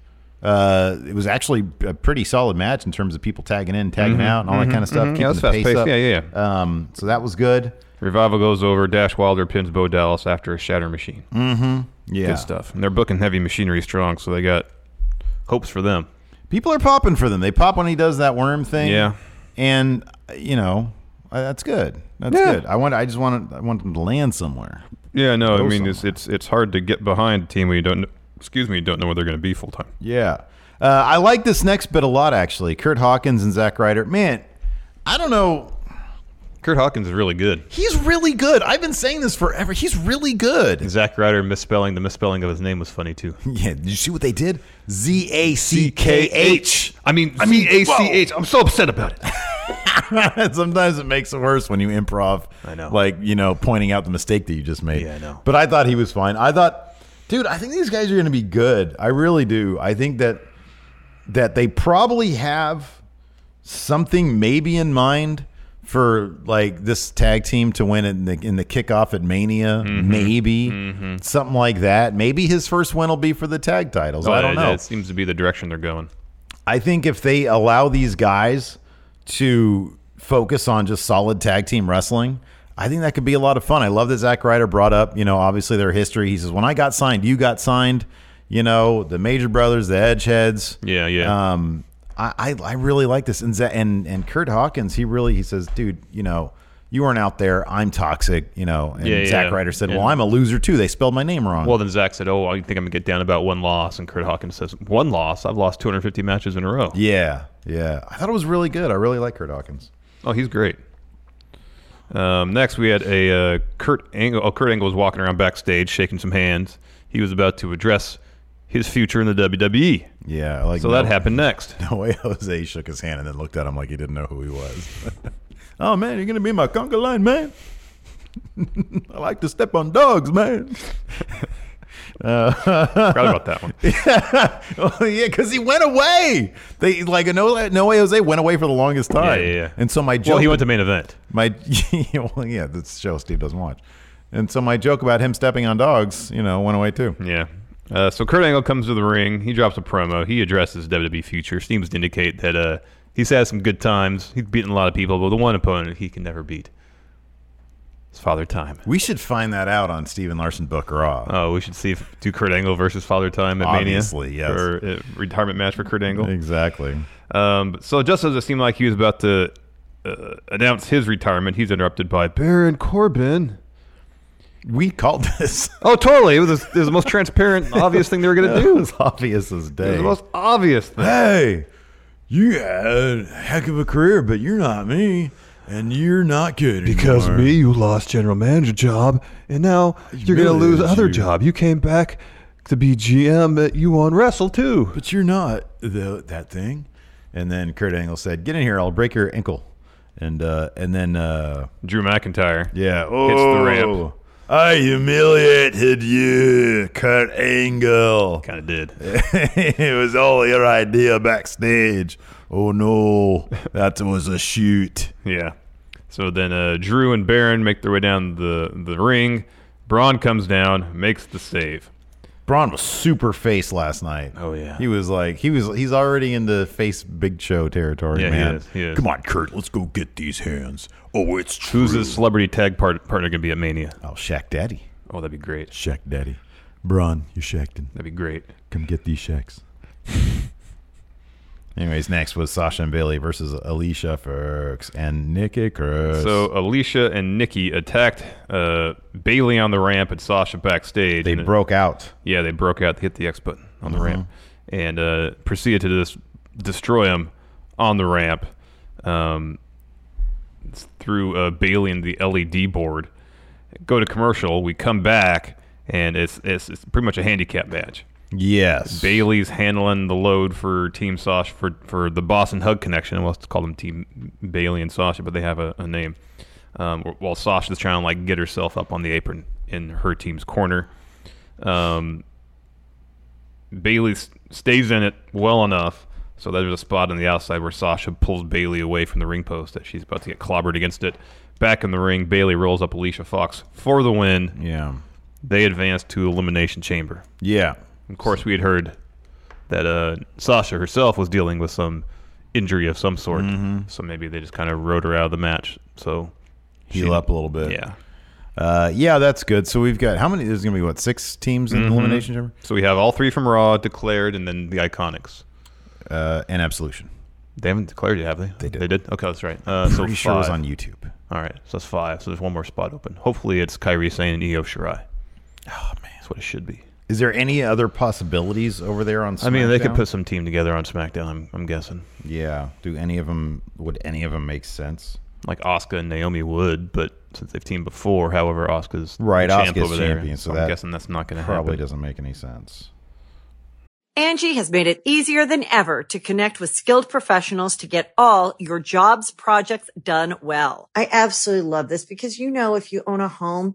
Speaker 4: Uh, it was actually a pretty solid match in terms of people tagging in, tagging out, and all that kind of stuff. keeping
Speaker 5: that's
Speaker 4: the pace
Speaker 5: fast-paced.
Speaker 4: up.
Speaker 5: Mm-hmm. Yeah, yeah,
Speaker 4: Um, so that was good.
Speaker 5: Revival goes over. Dash Wilder pins Bo Dallas after a shatter machine.
Speaker 4: Yeah,
Speaker 5: Good stuff. And they're booking heavy machinery strong, so they got hopes for them.
Speaker 4: people are popping for them. They pop when he does that worm thing.
Speaker 5: Yeah.
Speaker 4: and uh, you know uh, that's good. That's
Speaker 5: Yeah.
Speaker 4: good. I want. I just want. I want them to land somewhere.
Speaker 5: Yeah, no.
Speaker 4: Go
Speaker 5: I mean, it's
Speaker 4: somewhere.
Speaker 5: it's it's hard to get behind a team when you don't. kn- Excuse me, you don't know where they're going to be full time.
Speaker 4: Yeah. Uh, I like this next bit a lot, actually. Kurt Hawkins and Zack Ryder. Man, I don't know.
Speaker 5: Kurt Hawkins is really good.
Speaker 4: He's really good. I've been saying this forever. He's really good.
Speaker 5: Zack Ryder misspelling the misspelling of his name was funny too.
Speaker 4: Yeah. Did you see what they did? Z A C K H.
Speaker 5: I mean,
Speaker 4: I mean,
Speaker 5: C A C H. I'm so upset about it.
Speaker 4: Sometimes it makes it worse when you improv.
Speaker 5: I know.
Speaker 4: Like, you know, pointing out the mistake that you just made.
Speaker 5: Yeah, I know.
Speaker 4: But I thought he was fine. I thought, dude, I think these guys are going to be good. I really do. I think that that they probably have something maybe in mind for like this tag team to win in the in the kickoff at Mania, maybe something like that. Maybe his first win will be for the tag titles. Oh, I don't know.
Speaker 5: Oh, It seems to be the direction they're going.
Speaker 4: I think if they allow these guys to focus on just solid tag team wrestling, I think that could be a lot of fun. I love that Zack Ryder brought up, you know, obviously their history. He says, when I got signed, you got signed, you know, the Major Brothers, the Edgeheads.
Speaker 5: Yeah, yeah.
Speaker 4: Um, I, I, I really like this. And, Za- and, and Kurt Hawkins, he really, he says, dude, you know, you weren't out there. I'm toxic, you know. And
Speaker 5: Yeah, yeah,
Speaker 4: Zack
Speaker 5: yeah.
Speaker 4: Ryder said,
Speaker 5: Yeah.
Speaker 4: well, I'm a loser too. They spelled my name wrong.
Speaker 5: well, then Zach said, "Oh, I think I'm gonna get down about one loss." And Kurt Hawkins says, "One loss? I've lost 250 matches in a row."
Speaker 4: yeah, yeah. I thought it was really good. I really like Kurt Hawkins.
Speaker 5: Oh, he's great. Um, next, we had a uh, Kurt Angle. Oh, Kurt Angle was walking around backstage, shaking some hands. He was about to address his future in the WWE.
Speaker 4: Yeah, I like
Speaker 5: So that
Speaker 4: Mel-
Speaker 5: happened next.
Speaker 4: The way Jose shook his hand and then looked at him like he didn't know who he was. oh man, you're gonna be my conga line, man. I like to step on dogs, man.
Speaker 5: Forgot about that one.
Speaker 4: Oh, yeah, because he went away. They like no no way Jose went away for the longest time.
Speaker 5: Yeah, yeah, yeah.
Speaker 4: And so my joke,
Speaker 5: Well, he went to main event.
Speaker 4: my well, yeah, this show Steve doesn't watch. And so my joke about him stepping on dogs, you know, went away too.
Speaker 5: Yeah. Uh, so Kurt Angle comes to the ring. He drops a promo. He addresses WWE future. Seems to indicate that uh, he's had some good times. He's beaten a lot of people, but the one opponent he can never beat is Father Time.
Speaker 4: We should find that out on Steven Larson Book Raw.
Speaker 5: Oh, we should see if do Kurt Angle versus Father Time at
Speaker 4: Obviously,
Speaker 5: Mania.
Speaker 4: yes.
Speaker 5: Or uh, retirement match for Kurt Angle.
Speaker 4: exactly.
Speaker 5: Um, so just as it seemed like he was about to uh, announce his retirement, he's interrupted by Baron Corbin.
Speaker 4: We called this.
Speaker 5: Oh, totally. It was, it was the most transparent, obvious thing they were going to
Speaker 4: it
Speaker 5: do.
Speaker 4: was obvious as
Speaker 5: Oh. It
Speaker 4: day.
Speaker 5: was the most obvious thing.
Speaker 4: hey, you had a heck of a career, but you're not me, and you're not good
Speaker 6: Because
Speaker 4: anymore.
Speaker 6: me, you lost general manager job, and now you're gonna
Speaker 4: really
Speaker 6: lose
Speaker 4: is
Speaker 6: other
Speaker 4: you.
Speaker 6: job. You came back to be GM at you on Wrestle too.
Speaker 4: but you're not the, that thing. And then Kurt Angle said, "Get in here, I'll break your ankle." And uh, and then uh,
Speaker 5: Drew McIntyre.
Speaker 4: yeah,
Speaker 5: the ramp.
Speaker 4: oh. I humiliated you, Kurt Angle.
Speaker 5: Kind of did.
Speaker 4: it was all your idea backstage. Oh no, that was a shoot.
Speaker 5: Yeah. So then uh, Drew and Baron make their way down the, the ring. Braun comes down, makes the save.
Speaker 4: Braun was super face last night.
Speaker 5: Oh, yeah.
Speaker 4: he was like he was. He's already into face Big Show territory,
Speaker 5: Yeah, he
Speaker 4: man.
Speaker 5: is, he is.
Speaker 4: Come on, Kurt, let's go get these hands. Oh, it's true.
Speaker 5: Who's his celebrity tag part- partner going to be at Mania?
Speaker 4: Oh, Shaq Daddy,
Speaker 5: Oh, that'd be great.
Speaker 4: Shaq Daddy, Braun, you're Shaqton.
Speaker 5: That'd be great.
Speaker 4: Come get these shacks. Anyways, next was Sasha and Bailey versus Alicia Fox and Nikki Cross.
Speaker 5: So Alicia and Nikki attacked uh, Bailey on the ramp and Sasha backstage.
Speaker 4: they
Speaker 5: and it-
Speaker 4: broke out.
Speaker 5: Yeah, they broke out, hit the X button on the ramp, and uh, proceeded to just destroy him on the ramp um, s- through uh, Bailey and the LED board. Go to commercial. We come back, and it's it's, it's pretty much a handicap match.
Speaker 4: Yes.
Speaker 5: Bailey's handling the load for Team Sasha for, for the Boston Hug connection. Well, let's call them Team Bailey and Sasha, but they have a, a name. Um, wh- while Sasha's trying to like get herself up on the apron in her team's corner, um, Bailey s- stays in it well enough so there's a spot on the outside where Sasha pulls Bailey away from the ring post that she's about to get clobbered against it. Back in the ring, Bailey rolls up Alicia Fox for the win.
Speaker 4: yeah.
Speaker 5: They advance to Elimination Chamber.
Speaker 4: Yeah.
Speaker 5: Of course, we had heard that uh, Sasha herself was dealing with some injury of some sort,
Speaker 4: Mm-hmm.
Speaker 5: so maybe they just kind of rode her out of the match. So,
Speaker 4: Heal up a little bit.
Speaker 5: yeah.
Speaker 4: Uh, yeah, that's good. So we've got how many? There's gonna be what six teams
Speaker 5: Mm-hmm.
Speaker 4: in elimination chamber
Speaker 5: So we have all three from Raw declared, and then the Iconics.
Speaker 4: uh, and Absolution.
Speaker 5: They haven't declared yet, have they?
Speaker 4: They did.
Speaker 5: They did. Okay, that's right. Uh, so
Speaker 4: Pretty sure it was
Speaker 5: five.
Speaker 4: on YouTube.
Speaker 5: All right, so that's five. So there's one more spot open. Hopefully, it's Kyrie Sane and Io Shirai. Oh man, that's what it should be.
Speaker 4: Is there any other possibilities over there on? SmackDown?
Speaker 5: I mean, they could put some team together on SmackDown. I'm, I'm guessing
Speaker 4: Yeah. Do any of them? Would any of them make sense?
Speaker 5: like Oscar and Naomi would, but since they've teamed before, however, Oscar's
Speaker 4: Right,
Speaker 5: champ
Speaker 4: Asuka's
Speaker 5: over there.
Speaker 4: champion, so
Speaker 5: I'm
Speaker 4: that
Speaker 5: guessing that's not going to happen.
Speaker 4: Probably doesn't make any sense.
Speaker 7: Angie has made it easier than ever to connect with skilled professionals to get all your jobs projects done well.
Speaker 8: I absolutely love this because, you know, if you own a home,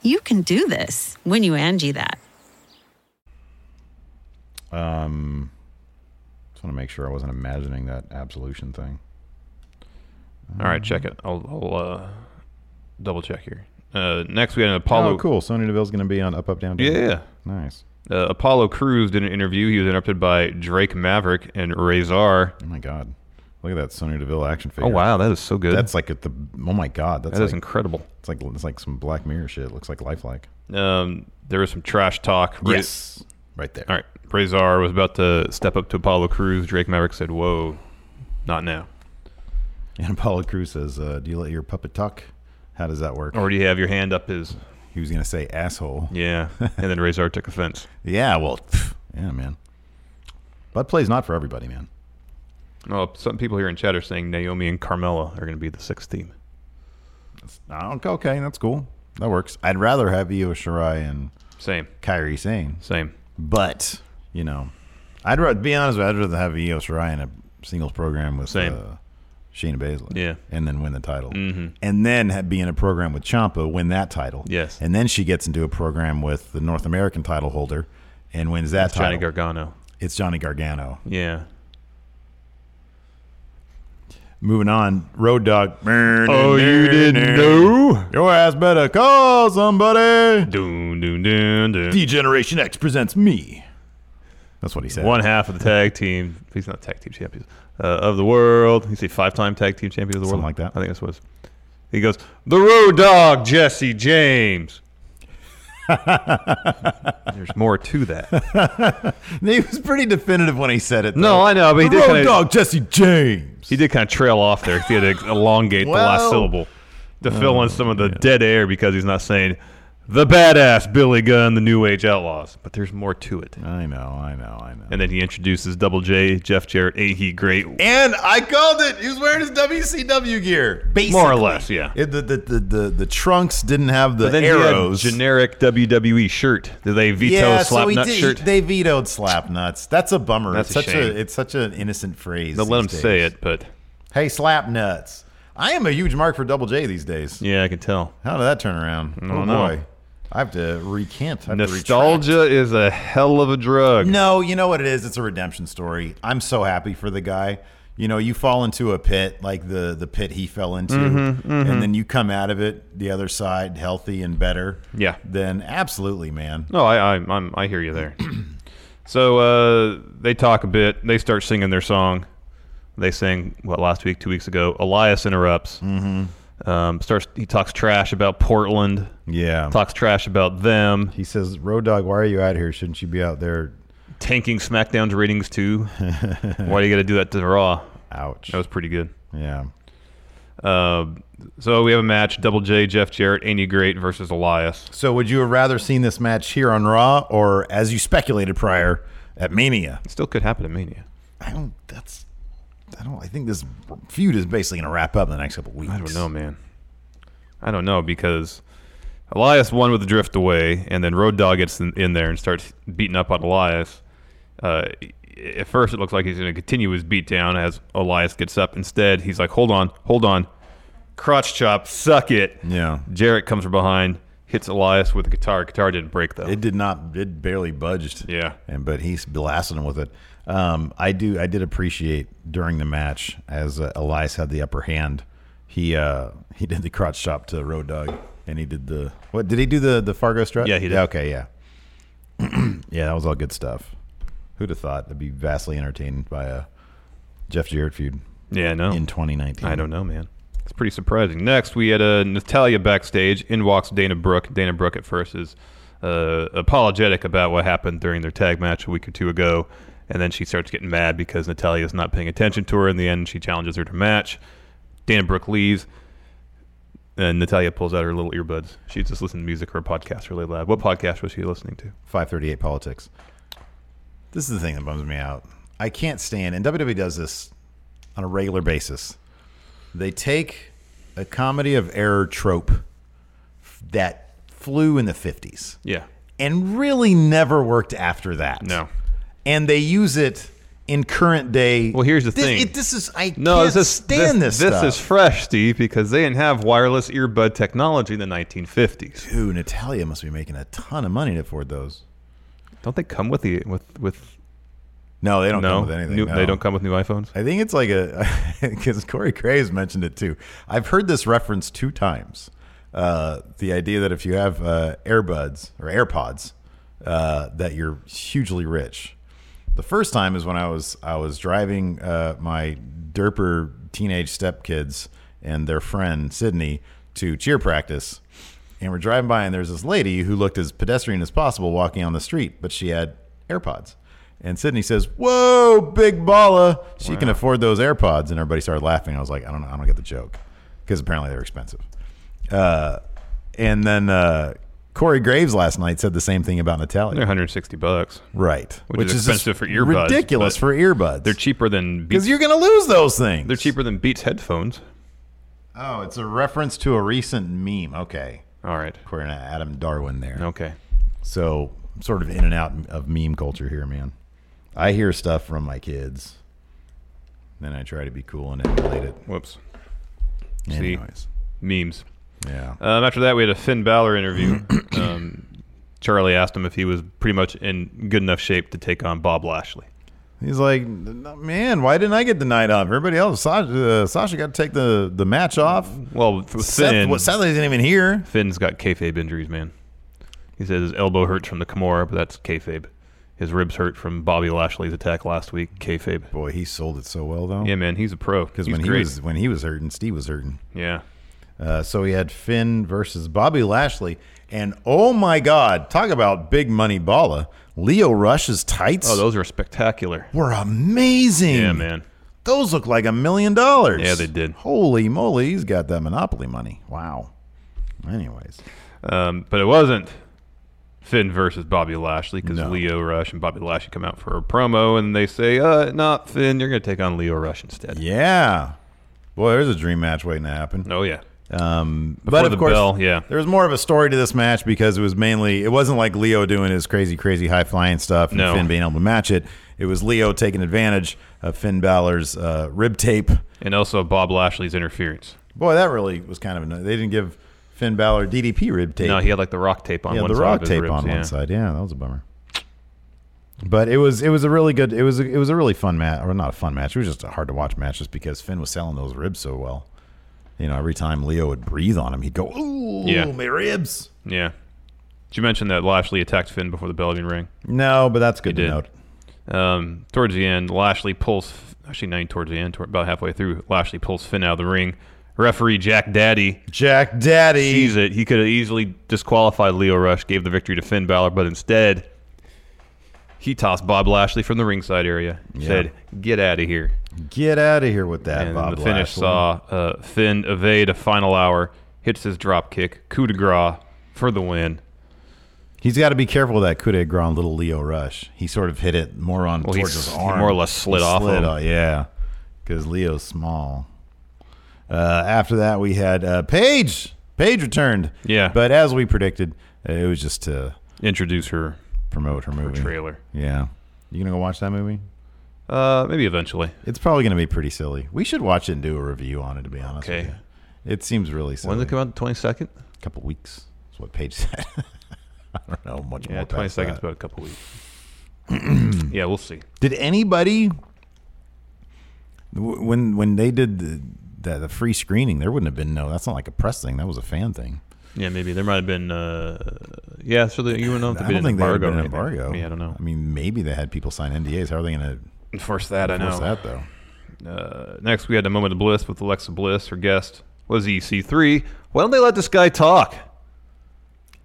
Speaker 9: You can do this when you Angie that.
Speaker 4: Um, just want to make sure I wasn't imagining that absolution thing.
Speaker 5: All right, check it. I'll, I'll uh, double check here. Uh, next, we had an Apollo.
Speaker 4: oh, cool. Sonya Deville's going to be on Up, Up, Down, Down.
Speaker 5: Yeah, yeah.
Speaker 4: Nice.
Speaker 5: Uh, Apollo Cruz did an interview. He was interrupted by Drake Maverick and Razor.
Speaker 4: Oh my God, look at that Sonya Deville action figure.
Speaker 5: Oh wow, that is so good.
Speaker 4: that's like at the. Oh my God, that's
Speaker 5: That is
Speaker 4: like,
Speaker 5: incredible.
Speaker 4: It's like it's like some Black Mirror shit. It looks like lifelike.
Speaker 5: Um, there was some trash talk. Ra-
Speaker 4: right there.
Speaker 5: All right, Razor was about to step up to Apollo Cruz. Drake Maverick said, "Whoa, not now.
Speaker 4: And Apollo Crews says, uh, "Do you let your puppet talk? How does that work?"
Speaker 5: Already have your hand up his."
Speaker 4: he was going to say asshole.
Speaker 5: Yeah, and then Razor took offense.
Speaker 4: Yeah, well, pff, yeah, man. Butt play's not for everybody, man.
Speaker 5: Oh, some people here in chat are saying Naomi and Carmella are going to be the sixth team.
Speaker 4: Oh, okay, okay, that's cool. That works. I'd rather have Io Shirai and
Speaker 5: same
Speaker 4: Kyrie Sane.
Speaker 5: Same.
Speaker 4: But you know, I'd rather be honest. with you, I'd rather have Io Shirai in a singles program with
Speaker 5: Same.
Speaker 4: Uh, Shayna Baszler.
Speaker 5: Yeah.
Speaker 4: and then win the title,
Speaker 5: Mhm.
Speaker 4: and then have, be in a program with Champa, win that title.
Speaker 5: Yes.
Speaker 4: and then she gets into a program with the North American title holder and wins that
Speaker 5: That's Johnny
Speaker 4: title.
Speaker 5: Gargano.
Speaker 4: it's Johnny Gargano.
Speaker 5: Yeah.
Speaker 4: Moving on, Road Dog.
Speaker 5: Oh, you didn't know?
Speaker 4: Your ass better call somebody.
Speaker 5: Doon, doon, doon, doon.
Speaker 4: Degeneration X presents me. That's what he said.
Speaker 5: One half of the tag team. He's not tag team champions uh, of the world. He's a five-time tag team champion of the world,
Speaker 4: Something like that.
Speaker 5: I think that's what. It's, he goes, the Road Dog Jesse James. There's more to that.
Speaker 4: He was pretty definitive when he said it.
Speaker 5: No,
Speaker 4: though.
Speaker 5: I know, but he
Speaker 4: The
Speaker 5: did
Speaker 4: Road
Speaker 5: kinda-
Speaker 4: Dog Jesse James.
Speaker 5: He did kind of trail off there. He had to elongate the
Speaker 4: Well-
Speaker 5: last syllable to fill in some of the dead air because he's not saying the badass Billy Gunn, the New Age Outlaws. But there's more to it.
Speaker 4: I know, I know, I know.
Speaker 5: And then he introduces Double J, Jeff Jarrett, ain't he great?
Speaker 4: And I called it. He was wearing his WCW gear, basically.
Speaker 5: More or less, yeah.
Speaker 4: It- the, the, the, the, the trunks didn't have the
Speaker 5: But then
Speaker 4: arrows.
Speaker 5: he had generic WWE shirt. Did they veto
Speaker 4: yeah,
Speaker 5: slap
Speaker 4: so he
Speaker 5: nut
Speaker 4: did,
Speaker 5: shirt?
Speaker 4: They vetoed slap nuts. That's a bummer.
Speaker 5: That's
Speaker 4: it's
Speaker 5: a
Speaker 4: such
Speaker 5: shame.
Speaker 4: a it's such an innocent phrase.
Speaker 5: They'll let him
Speaker 4: these
Speaker 5: say
Speaker 4: days.
Speaker 5: it, but
Speaker 4: Hey, slap nuts. I am a huge mark for Double J these days.
Speaker 5: yeah, I can tell.
Speaker 4: How did that turn around? oh
Speaker 5: don't know.
Speaker 4: boy, I have to recant. I have to retract.
Speaker 5: Nostalgia is a hell of a drug.
Speaker 4: No, you know what it is? It's a redemption story. I'm so happy for the guy. You know, you fall into a pit like the the pit he fell into,
Speaker 5: Mm-hmm,
Speaker 4: and then you come out of it the other side healthy and better.
Speaker 5: Yeah.
Speaker 4: Then absolutely, man.
Speaker 5: No, I I, I'm, I hear you there. so uh, they talk a bit. They start singing their song. They sang what last week, two weeks ago. Elias interrupts. Mm-hmm. Um, starts. He talks trash about Portland.
Speaker 4: Yeah.
Speaker 5: Talks trash about them
Speaker 4: He says, "Road dog, why are you out here? Shouldn't you be out there?"
Speaker 5: tanking SmackDown's ratings too. Why do you got to do that to Raw?
Speaker 4: Ouch.
Speaker 5: That was pretty good.
Speaker 4: Yeah.
Speaker 5: Uh, so we have a match: Double J, Jeff Jarrett, Andy Great versus Elias.
Speaker 4: So, would you have rather seen this match here on Raw or, as you speculated prior, at Mania?
Speaker 5: Still could happen at Mania.
Speaker 4: I don't. That's. I don't. I think this feud is basically going to wrap up in the next couple weeks.
Speaker 5: I don't know, man. I don't know because Elias won with the drift away, and then Road Dogg gets in, in there and starts beating up on Elias. Uh, at first, it looks like he's going to continue his beatdown as Elias gets up. Instead, he's like, "Hold on, hold on, crotch chop, suck it."
Speaker 4: Yeah.
Speaker 5: Jarrett comes from behind, hits Elias with the guitar. Guitar didn't break though.
Speaker 4: It did not. It barely budged.
Speaker 5: Yeah.
Speaker 4: And but he's blasting him with it. Um, I do. I did appreciate during the match as uh, Elias had the upper hand. He uh, he did the crotch chop to Road Dog, and he did the what? Did he do the the Fargo strut?
Speaker 5: Yeah, he did.
Speaker 4: okay, yeah, yeah. That was all good stuff. Who'd have thought that'd be vastly entertained by a Jeff Jarrett feud
Speaker 5: yeah, no.
Speaker 4: in 2019?
Speaker 5: I don't know, man. It's pretty surprising. Next, we had uh, Natalia backstage. In walks Dana Brooke. Dana Brooke at first is uh, apologetic about what happened during their tag match a week or two ago, and then she starts getting mad because Natalia is not paying attention to her. In the end, she challenges her to match. Dana Brooke leaves, and Natalia pulls out her little earbuds. She's just listening to music or a podcast really loud. What podcast was she listening to?
Speaker 4: 538 politics. This is the thing that bums me out. I can't stand, and WWE does this on a regular basis. They take a comedy of error trope that flew in the 50s
Speaker 5: Yeah,
Speaker 4: and really never worked after that.
Speaker 5: No.
Speaker 4: And they use it in current day.
Speaker 5: Well, here's the
Speaker 4: This-
Speaker 5: thing.
Speaker 4: It, this is, I
Speaker 5: No,
Speaker 4: can't
Speaker 5: this is
Speaker 4: stand
Speaker 5: this.
Speaker 4: this,
Speaker 5: This
Speaker 4: stuff.
Speaker 5: is fresh, Steve, because they didn't have wireless earbud technology in the 1950s.
Speaker 4: Ooh, Natalia must be making a ton of money to afford those.
Speaker 5: Don't they come with the with with
Speaker 4: No, they don't
Speaker 5: no,
Speaker 4: come with anything.
Speaker 5: new-
Speaker 4: no.
Speaker 5: They don't come with new iPhones.
Speaker 4: I think it's like a because Corey Graves mentioned it too. I've heard this reference two times. Uh, the idea that if you have uh, earbuds or AirPods, uh, that you're hugely rich. The first time is when I was I was driving uh, my derper teenage stepkids and their friend Sydney to cheer practice, and we're driving by and there's this lady who looked as pedestrian as possible walking on the street, but she had AirPods. And Sydney says, "Whoa, big balla! She can afford those AirPods." And everybody started laughing. I was like, "I don't know. I don't get the joke," because apparently they're expensive. Uh, and then uh, Corey Graves last night said the same thing about Natalia.
Speaker 5: They're 160 bucks.
Speaker 4: Right.
Speaker 5: Which is expensive
Speaker 4: just
Speaker 5: for earbuds,
Speaker 4: Ridiculous
Speaker 5: but
Speaker 4: for earbuds.
Speaker 5: They're cheaper than Beats.
Speaker 4: Because you're going to lose those things.
Speaker 5: they're cheaper than Beats headphones.
Speaker 4: Oh, it's a reference to a recent meme. Okay.
Speaker 5: All right.
Speaker 4: According to Adam Darwin there.
Speaker 5: Okay.
Speaker 4: So I'm sort of in and out of meme culture here, man. I hear stuff from my kids. Then I try to be cool and emulate it.
Speaker 5: Whoops. See?
Speaker 4: Anyways.
Speaker 5: Memes.
Speaker 4: Yeah.
Speaker 5: Um, after that, we had a Finn Balor interview. um, Charlie asked him if he was pretty much in good enough shape to take on Bob Lashley.
Speaker 4: He's like, man, why didn't I get the night off? Everybody else, Sasha, uh, Sasha got to take the, the match off.
Speaker 5: Well, for
Speaker 4: Seth,
Speaker 5: Finn,
Speaker 4: well, Seth isn't even here.
Speaker 5: Finn's got kayfabe injuries, man. He says his elbow hurts from the Kimura, but that's kayfabe. His ribs hurt from Bobby Lashley's attack last week, kayfabe.
Speaker 4: Boy, he sold it so well though.
Speaker 5: Yeah, man, he's a pro.
Speaker 4: Because
Speaker 5: He's
Speaker 4: when he
Speaker 5: great.
Speaker 4: was when he was hurting, Steve was hurting.
Speaker 5: yeah,
Speaker 4: Uh, so we had Finn versus Bobby Lashley, and oh my God, talk about big money balla. Leo Rush's tights
Speaker 5: oh, those are spectacular.
Speaker 4: were amazing.
Speaker 5: Yeah, man.
Speaker 4: Those look like a million dollars.
Speaker 5: Yeah, they did.
Speaker 4: Holy moly, he's got that monopoly money. Wow. Anyways,
Speaker 5: Um, but it wasn't Finn versus Bobby Lashley because
Speaker 4: No.
Speaker 5: Leo Rush and Bobby Lashley come out for a promo and they say, uh, not Finn, you're going to take on Leo Rush instead.
Speaker 4: yeah, boy, there's a dream match waiting to happen.
Speaker 5: Oh, yeah.
Speaker 4: Um,
Speaker 5: Before
Speaker 4: but of
Speaker 5: the
Speaker 4: course,
Speaker 5: bell, yeah.
Speaker 4: there was more of a story to this match because it was mainly it wasn't like Leo doing his crazy, crazy high flying stuff and
Speaker 5: No.
Speaker 4: Finn being able to match it. It was Leo taking advantage of Finn Balor's uh, rib tape.
Speaker 5: And also Bob Lashley's interference.
Speaker 4: Boy, that really was kind of annoying. they didn't give Finn Balor DDP rib tape.
Speaker 5: No, he had like the rock tape on
Speaker 4: yeah,
Speaker 5: one
Speaker 4: the
Speaker 5: side.
Speaker 4: rock
Speaker 5: of his
Speaker 4: tape
Speaker 5: ribs,
Speaker 4: on
Speaker 5: yeah.
Speaker 4: one side. Yeah, that was a bummer. But it was it was a really good it was a, it was a really fun match or not a fun match. It was just a hard to watch match just because Finn was selling those ribs so well. You know, every time Leo would breathe on him, he'd go, "Ooh,
Speaker 5: Yeah.
Speaker 4: my ribs."
Speaker 5: Yeah. Did you mention that Lashley attacked Finn before the Belgian ring?
Speaker 4: No, but that's good
Speaker 5: He
Speaker 4: to
Speaker 5: did.
Speaker 4: note.
Speaker 5: Um, towards the end, Lashley pulls, actually, not even towards the end, toward, about halfway through, Lashley pulls Finn out of the ring. Referee Jack Daddy
Speaker 4: Jack Daddy.
Speaker 5: sees it. He could have easily disqualified Leo Rush, gave the victory to Finn Balor, but instead, he tossed Bob Lashley from the ringside area. Said, "Get out of here!"
Speaker 4: Get out of here with that,
Speaker 5: and
Speaker 4: Bob
Speaker 5: the finish
Speaker 4: Lashley.
Speaker 5: saw uh, Finn evade a final hour, hits his drop kick, coup de grace for the win.
Speaker 4: He's got to be careful with that coup de grace on little Leo Rush. He sort of hit it more on
Speaker 5: he
Speaker 4: towards his
Speaker 5: s- he
Speaker 4: arm.
Speaker 5: more or less slid off of him.
Speaker 4: yeah, because Leo's small. Uh, after that, we had uh, Paige. Paige returned.
Speaker 5: Yeah.
Speaker 4: But as we predicted, uh, it was just to
Speaker 5: Introduce her
Speaker 4: promote her movie.
Speaker 5: trailer.
Speaker 4: Yeah. You going to go watch that movie?
Speaker 5: Uh, maybe eventually.
Speaker 4: It's probably going to be pretty silly. We should watch it and do a review on it, to be honest
Speaker 5: Okay.
Speaker 4: with you. It seems really silly.
Speaker 5: When does it come out? The twenty second.
Speaker 4: couple weeks. That's what Paige said. I don't know much
Speaker 5: Yeah,
Speaker 4: more.
Speaker 5: twenty
Speaker 4: past
Speaker 5: seconds,
Speaker 4: that.
Speaker 5: about a couple weeks. yeah, we'll see.
Speaker 4: Did anybody w- when when they did the, the the free screening? There wouldn't have been no. That's not like a press thing. That was a fan thing.
Speaker 5: Yeah, maybe there might have been. Uh, yeah, so the, you wouldn't have to
Speaker 4: I
Speaker 5: be
Speaker 4: don't
Speaker 5: an
Speaker 4: think there would
Speaker 5: embargo.
Speaker 4: have been an
Speaker 5: or anything.
Speaker 4: embargo.
Speaker 5: Yeah, I don't know.
Speaker 4: I mean, maybe they had people sign NDAs. How are they going
Speaker 5: Enforce that,
Speaker 4: to
Speaker 5: I know.
Speaker 4: force that though?
Speaker 5: Uh, next, we had a moment of bliss with Alexa Bliss. Her guest was EC3. Why don't they let this guy talk?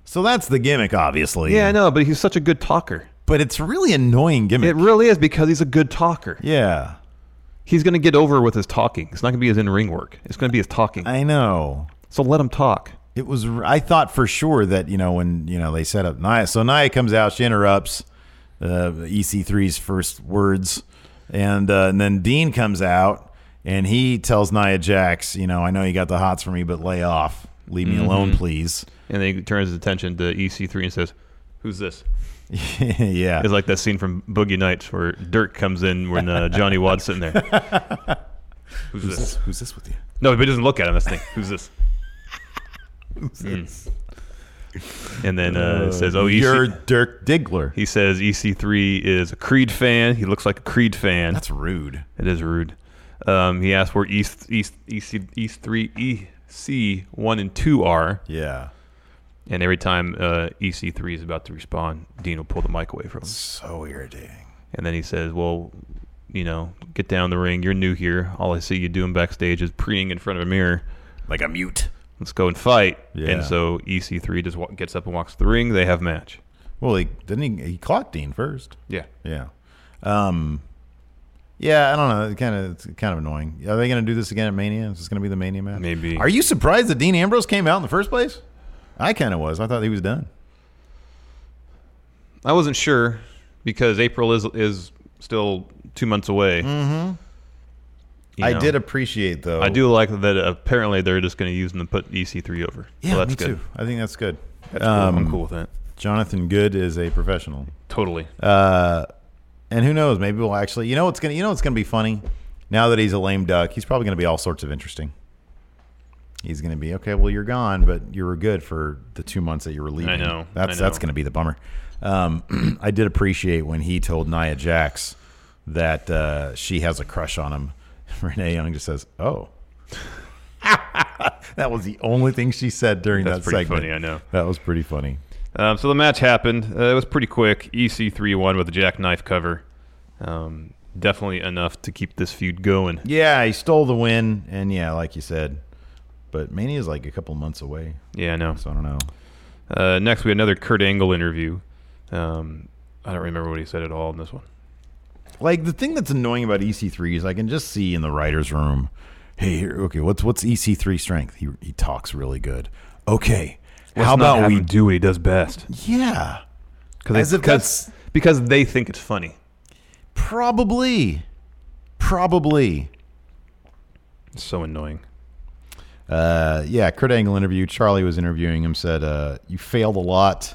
Speaker 4: So that's the gimmick, obviously.
Speaker 5: Yeah, I know, but he's such a good talker.
Speaker 4: But it's really annoying gimmick.
Speaker 5: It really is because he's a good talker.
Speaker 4: yeah,
Speaker 5: He's going to get over with his talking. It's not going to be his in ring work. It's going to be his talking.
Speaker 4: I know.
Speaker 5: so let him talk.
Speaker 4: It was. I thought for sure that you know when you know they set up Nia. So Nia comes out. She interrupts uh, EC3's first words, and, uh, and then Dean comes out and he tells Nia Jax, you know, I know you got the hots for me, but lay off. Leave me alone, please.
Speaker 5: And then he turns his attention to EC3 and says, Who's this?
Speaker 4: yeah.
Speaker 5: It's like that scene from Boogie Nights where Dirk comes in when uh, Johnny Wad's sitting there. Who's this?
Speaker 4: Who's this with you?
Speaker 5: No, but he doesn't look at him. That's the thing. Who's this? Mm. And then uh, it says, "Oh, EC-
Speaker 4: You're Dirk Diggler.
Speaker 5: He says EC3 is a Creed fan. He looks like a Creed fan.
Speaker 4: That's rude.
Speaker 5: it is rude. Um, he asked where East East E EC East three EC one and two are,
Speaker 4: Yeah.
Speaker 5: and every time uh, EC3 is about to respond, Dean will pull the mic away from him.
Speaker 4: So irritating.
Speaker 5: And then he says, "Well, you know, get down the ring. You're new here. All I see you doing backstage is preening in front of a mirror.
Speaker 4: Like a mute.
Speaker 5: Let's go and fight."
Speaker 4: Yeah.
Speaker 5: And so EC3 just wa- gets up and walks to the ring. They have a match.
Speaker 4: Well, he didn't. He, he caught Dean first.
Speaker 5: Yeah.
Speaker 4: Yeah. Um yeah, I don't know. It kind of it's kind of annoying. Are they going to do this again at Mania? Is this going to be the Mania match?
Speaker 5: Maybe.
Speaker 4: Are you surprised that Dean Ambrose came out in the first place? I kind of was. I thought he was done.
Speaker 5: I wasn't sure because April is is still two months away. Mm-hmm. you
Speaker 4: I
Speaker 5: know.
Speaker 4: did appreciate though.
Speaker 5: I do like that. Apparently, they're just going to use them to put EC3 over.
Speaker 4: Yeah,
Speaker 5: so that's
Speaker 4: me
Speaker 5: good.
Speaker 4: too. Um, I think that's good.
Speaker 5: That's cool. I'm cool with that.
Speaker 4: Jonathan Good is a professional.
Speaker 5: Totally.
Speaker 4: Uh, and who knows? Maybe we'll actually. You know what's gonna. You know what's gonna be funny. Now that he's a lame duck, he's probably gonna be all sorts of interesting. He's gonna be okay. Well, you're gone, but you were good for the two months that you were leaving.
Speaker 5: I know,
Speaker 4: That's
Speaker 5: I know.
Speaker 4: that's gonna be the bummer. Um, I did appreciate when he told Nia Jax that uh, she has a crush on him. Renee Young just says, "Oh." that was the only thing she said during
Speaker 5: That's
Speaker 4: that
Speaker 5: pretty
Speaker 4: segment.
Speaker 5: funny, I know.
Speaker 4: That was pretty funny.
Speaker 5: Um, so the match happened. Uh, it was pretty quick. EC3 won with a jackknife cover. Um, definitely enough to keep this feud going.
Speaker 4: Yeah, he stole the win, and yeah, like you said, but Mania's like a couple months away.
Speaker 5: Yeah, I know.
Speaker 4: So I don't know.
Speaker 5: Uh, next, we had another Kurt Angle interview. Um, I don't remember what he said at all in this one.
Speaker 4: Like the thing that's annoying about EC3 is I can just see in the writers' room. Hey, here, okay, what's what's EC3 strength? He he talks really good. Okay, how about we?
Speaker 5: do what he does best?
Speaker 4: Yeah,
Speaker 5: Because
Speaker 4: As if
Speaker 5: because because they think it's funny.
Speaker 4: probably, probably.
Speaker 5: It's so annoying.
Speaker 4: Uh, yeah, Kurt Angle interview. Charlie was interviewing him. Said uh, you failed a lot.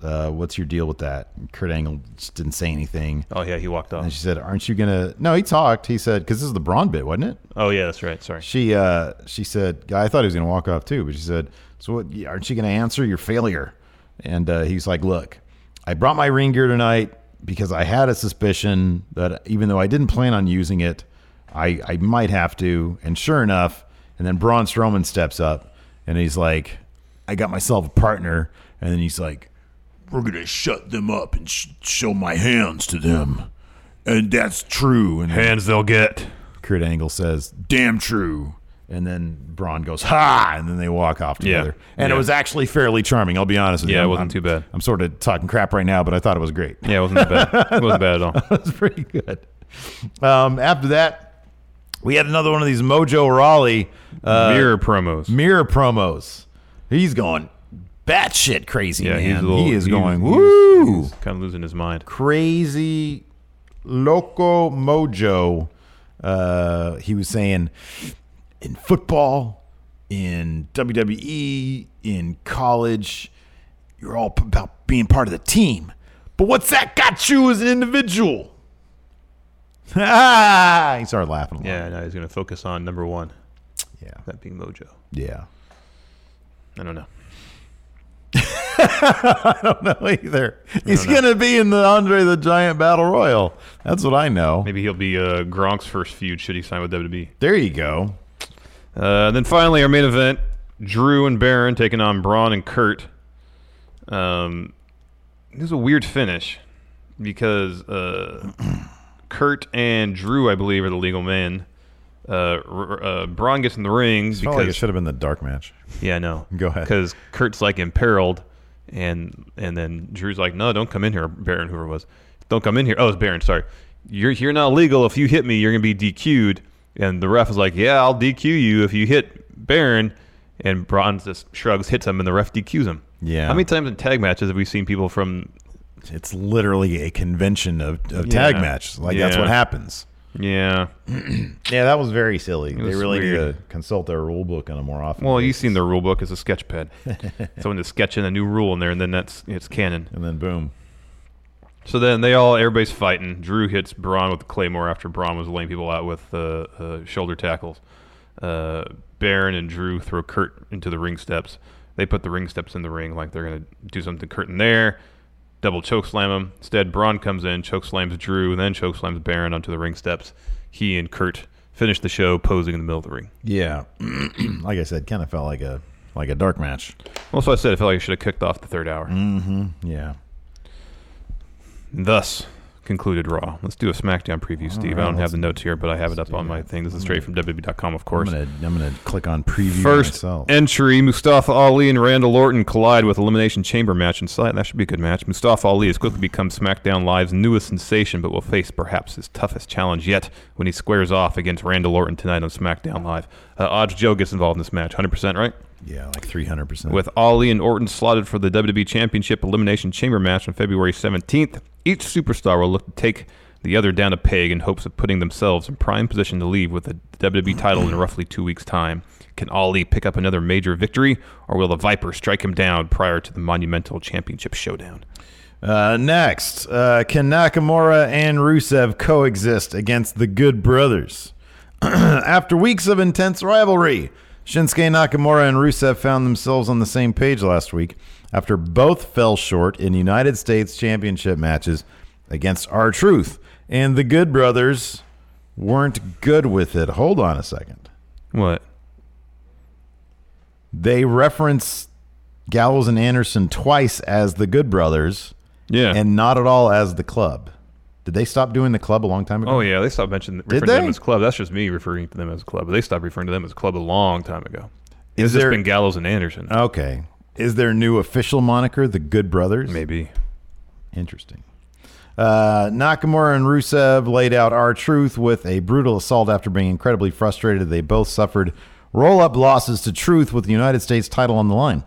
Speaker 4: Uh, what's your deal with that? And Kurt Angle just didn't say anything.
Speaker 5: Oh yeah, he walked
Speaker 4: And
Speaker 5: off.
Speaker 4: she said, "Aren't you gonna?" No, he talked. He said, "Because this is the Braun bit, wasn't it?"
Speaker 5: Oh yeah, that's right. Sorry.
Speaker 4: She uh, she said, "I thought he was gonna walk off too," but she said, "So what? Aren't you gonna answer your failure?" And uh, he's like, "Look, I brought my ring gear tonight because I had a suspicion that even though I didn't plan on using it, I I might have to." And sure enough, and then Braun Strowman steps up and he's like, "I got myself a partner," and then he's like, "We're gonna shut them up and sh- show my hands to them." And that's true. And
Speaker 5: Hands they'll get.
Speaker 4: Kurt Angle says, "Damn true," and then Braun goes, "Ha!" and then they walk off
Speaker 5: Yeah.
Speaker 4: together. And it
Speaker 5: Yeah.
Speaker 4: was actually fairly charming. I'll be honest with you.
Speaker 5: Yeah, it
Speaker 4: I'm-
Speaker 5: wasn't
Speaker 4: I'm-
Speaker 5: too bad.
Speaker 4: I'm sort of talking crap right now, but I thought it was great.
Speaker 5: Yeah, it wasn't bad. It wasn't bad at all.
Speaker 4: it was pretty good. Um, after that, we had another one of these Mojo Raleigh uh,
Speaker 5: Mirror promos.
Speaker 4: mirror promos. He's going batshit crazy.
Speaker 5: yeah,
Speaker 4: man.
Speaker 5: he's a little,
Speaker 4: he is
Speaker 5: he's-
Speaker 4: going
Speaker 5: he's-
Speaker 4: woo
Speaker 5: he's kind of losing his mind.
Speaker 4: crazy loco mojo. Uh, he was saying in football, in WWE, in college, you're all p- about being part of the team. But what's that got you as an individual? Ah, he started laughing a lot.
Speaker 5: Yeah, now he's going to focus on number one,
Speaker 4: Yeah.
Speaker 5: that being Mojo.
Speaker 4: Yeah.
Speaker 5: I don't know.
Speaker 4: don't know either. He's going to be in the Andre the Giant Battle Royal. That's what I know.
Speaker 5: Maybe he'll be uh, Gronk's first feud should he sign with E. WWE.
Speaker 4: There you go.
Speaker 5: Uh, then finally, our main event: Drew and Baron taking on Braun and Kurt. Um, it was a weird finish because uh, Kurt and Drew, I believe, are the legal men. Uh, r- uh, Braun gets in the ring
Speaker 4: Felt
Speaker 5: because
Speaker 4: like it should have been the dark match.
Speaker 5: yeah, I know.
Speaker 4: Go ahead.
Speaker 5: Because Kurt's like imperiled, and and then Drew's like, no, don't come in here, Baron, whoever it was, don't come in here. Oh, it's Baron. Sorry, you're you're not legal. If you hit me, you're gonna be DQ'd. And the ref is like, yeah, I'll DQ you if you hit Baron. And Braun just shrugs, hits him, and the ref DQs him.
Speaker 4: Yeah.
Speaker 5: How many times in tag matches have we seen people from?
Speaker 4: It's literally a convention of, of tag
Speaker 5: Yeah.
Speaker 4: matches. Like that's
Speaker 5: Yeah.
Speaker 4: what happens.
Speaker 5: Yeah.
Speaker 4: Yeah, that was very silly. They
Speaker 5: was
Speaker 4: really
Speaker 5: weird.
Speaker 4: need to consult their rule book on a more often.
Speaker 5: Well, you've
Speaker 4: basis.
Speaker 5: seen the rule book. It's a sketch pad. Someone just sketching a new rule in there, and then that's it's canon.
Speaker 4: and then boom.
Speaker 5: So then they all, everybody's fighting. Drew hits Braun with the Claymore after Braun was laying people out with uh, uh, shoulder tackles. Uh, Baron and Drew throw Kurt into the ring steps. They put the ring steps in the ring like they're going to do something to Kurt in there. Double choke slam him. Instead, Braun comes in, choke slams Drew, then choke slams Baron onto the ring steps. He and Kurt finish the show posing in the middle of the ring.
Speaker 4: Yeah, like I said, kind of felt like a like a dark match.
Speaker 5: Also, I said I felt like I should have kicked off the third hour.
Speaker 4: Yeah,
Speaker 5: Thus concluded Raw. Let's do a SmackDown preview, Steve. I don't have the notes here, but I have it up on my thing. This is straight from WWE.com, of
Speaker 4: I'm
Speaker 5: course.
Speaker 4: gonna I'm gonna click on preview
Speaker 5: First
Speaker 4: myself.
Speaker 5: entry: Mustafa Ali and Randall Orton collide with elimination chamber match in sight. That should be a good match. Mustafa Ali has quickly become SmackDown Live's newest sensation, but will face perhaps his toughest challenge yet when he squares off against Randall Orton tonight on SmackDown Live. Uh, Odds Joe gets involved in this match, 100%, right?
Speaker 4: yeah, like three hundred percent.
Speaker 5: With Ali and Orton slotted for the WWE Championship Elimination Chamber match on February 17th, each superstar will look to take the other down a peg in hopes of putting themselves in prime position to leave with the WWE title in roughly two weeks' time. Can Ali pick up another major victory, or will the Viper strike him down prior to the monumental championship showdown?
Speaker 4: Uh, next, uh, can Nakamura and Rusev coexist against the Good Brothers? After weeks of intense rivalry, Shinsuke Nakamura and Rusev found themselves on the same page last week after both fell short in United States Championship matches against R Truth, and the Good Brothers weren't good with it. Hold on a second.
Speaker 5: What?
Speaker 4: They reference Gallows and Anderson twice as the Good Brothers.
Speaker 5: Yeah.
Speaker 4: And not at all as the club. Did they stop doing the club a long time ago?
Speaker 5: Oh yeah, they stopped mentioning referring to
Speaker 4: they?
Speaker 5: them as club. That's just me referring to them as a club. But they stopped referring to them as a club a long time ago.
Speaker 4: Is
Speaker 5: It's
Speaker 4: there-
Speaker 5: just been Gallows and Anderson.
Speaker 4: Oh. Okay. Is their new official moniker the Good Brothers?
Speaker 5: Maybe.
Speaker 4: Interesting. Uh, Nakamura and Rusev laid out our truth with a brutal assault after being incredibly frustrated. They both suffered roll up losses to Truth with the United States title on the line.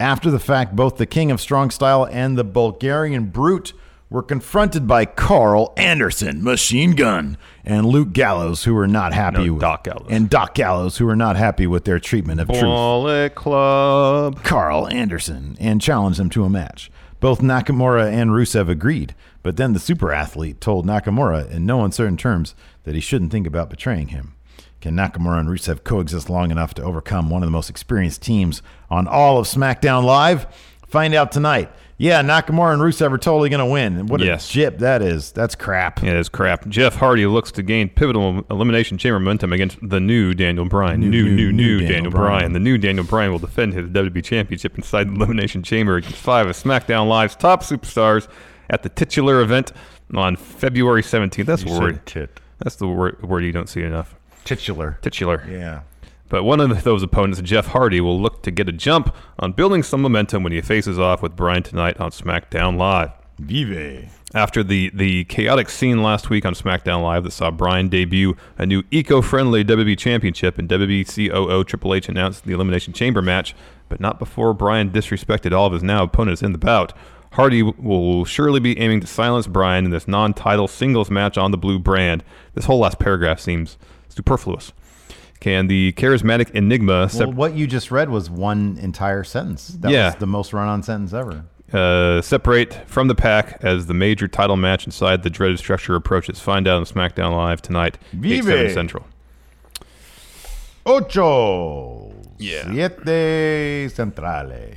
Speaker 4: After the fact, both the King of Strong Style and the Bulgarian Brute were confronted by Carl Anderson, Machine Gun, and Luke Gallows, who were not happy
Speaker 5: No,
Speaker 4: with
Speaker 5: Doc Gallows.
Speaker 4: and Doc Gallows, who were not happy with their treatment of Truth.
Speaker 5: Bullet Club.
Speaker 4: Carl Anderson and challenged him to a match. Both Nakamura and Rusev agreed, but then the super athlete told Nakamura in no uncertain terms that he shouldn't think about betraying him. Can Nakamura and Rusev coexist long enough to overcome one of the most experienced teams on all of SmackDown Live? Find out tonight. Yeah, Nakamura and Rusev are totally going to win. And What
Speaker 5: Yes.
Speaker 4: a jip that is. That's crap.
Speaker 5: Yeah, it's crap. Jeff Hardy looks to gain pivotal elimination chamber momentum against the new Daniel Bryan. New, new, new, Daniel, Bryan. The new Daniel Bryan will defend his WWE Championship inside the Elimination Chamber against five of SmackDown Live's top superstars at the titular event on February 17th. That's
Speaker 4: You
Speaker 5: the
Speaker 4: said
Speaker 5: word.
Speaker 4: tit.
Speaker 5: That's the word, word you don't see enough.
Speaker 4: Titular.
Speaker 5: Titular.
Speaker 4: Yeah.
Speaker 5: But one of those opponents, Jeff Hardy, will look to get a jump on building some momentum when he faces off with Bryan tonight on SmackDown Live.
Speaker 4: Vive.
Speaker 5: After the, the chaotic scene last week on SmackDown Live that saw Bryan debut a new eco friendly WWE E Championship and E WWE COO Triple H announced the Elimination Chamber match, but not before Bryan disrespected all of his now opponents in the bout. Hardy w- will surely be aiming to silence Bryan in this non title singles match on the blue brand. This whole last paragraph seems superfluous. Can the charismatic Enigma sep-
Speaker 4: Well, what you just read was one entire sentence. That
Speaker 5: Yeah.
Speaker 4: was the most run on sentence ever.
Speaker 5: uh, separate from the pack as the major title match inside the dreaded structure approaches. Find out on SmackDown Live tonight,
Speaker 4: Vive.
Speaker 5: 8, 7 Central.
Speaker 4: Ocho.
Speaker 5: Yeah.
Speaker 4: Siete centrales.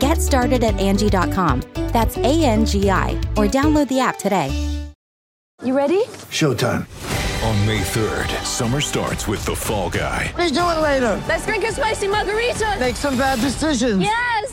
Speaker 10: Get started at Angie.com. That's A N G I, or download the app today.
Speaker 3: You ready?
Speaker 11: Showtime. On May 3rd, summer starts with The Fall Guy.
Speaker 3: Let's do it later. Let's drink a spicy margarita. Make some bad decisions. Yes.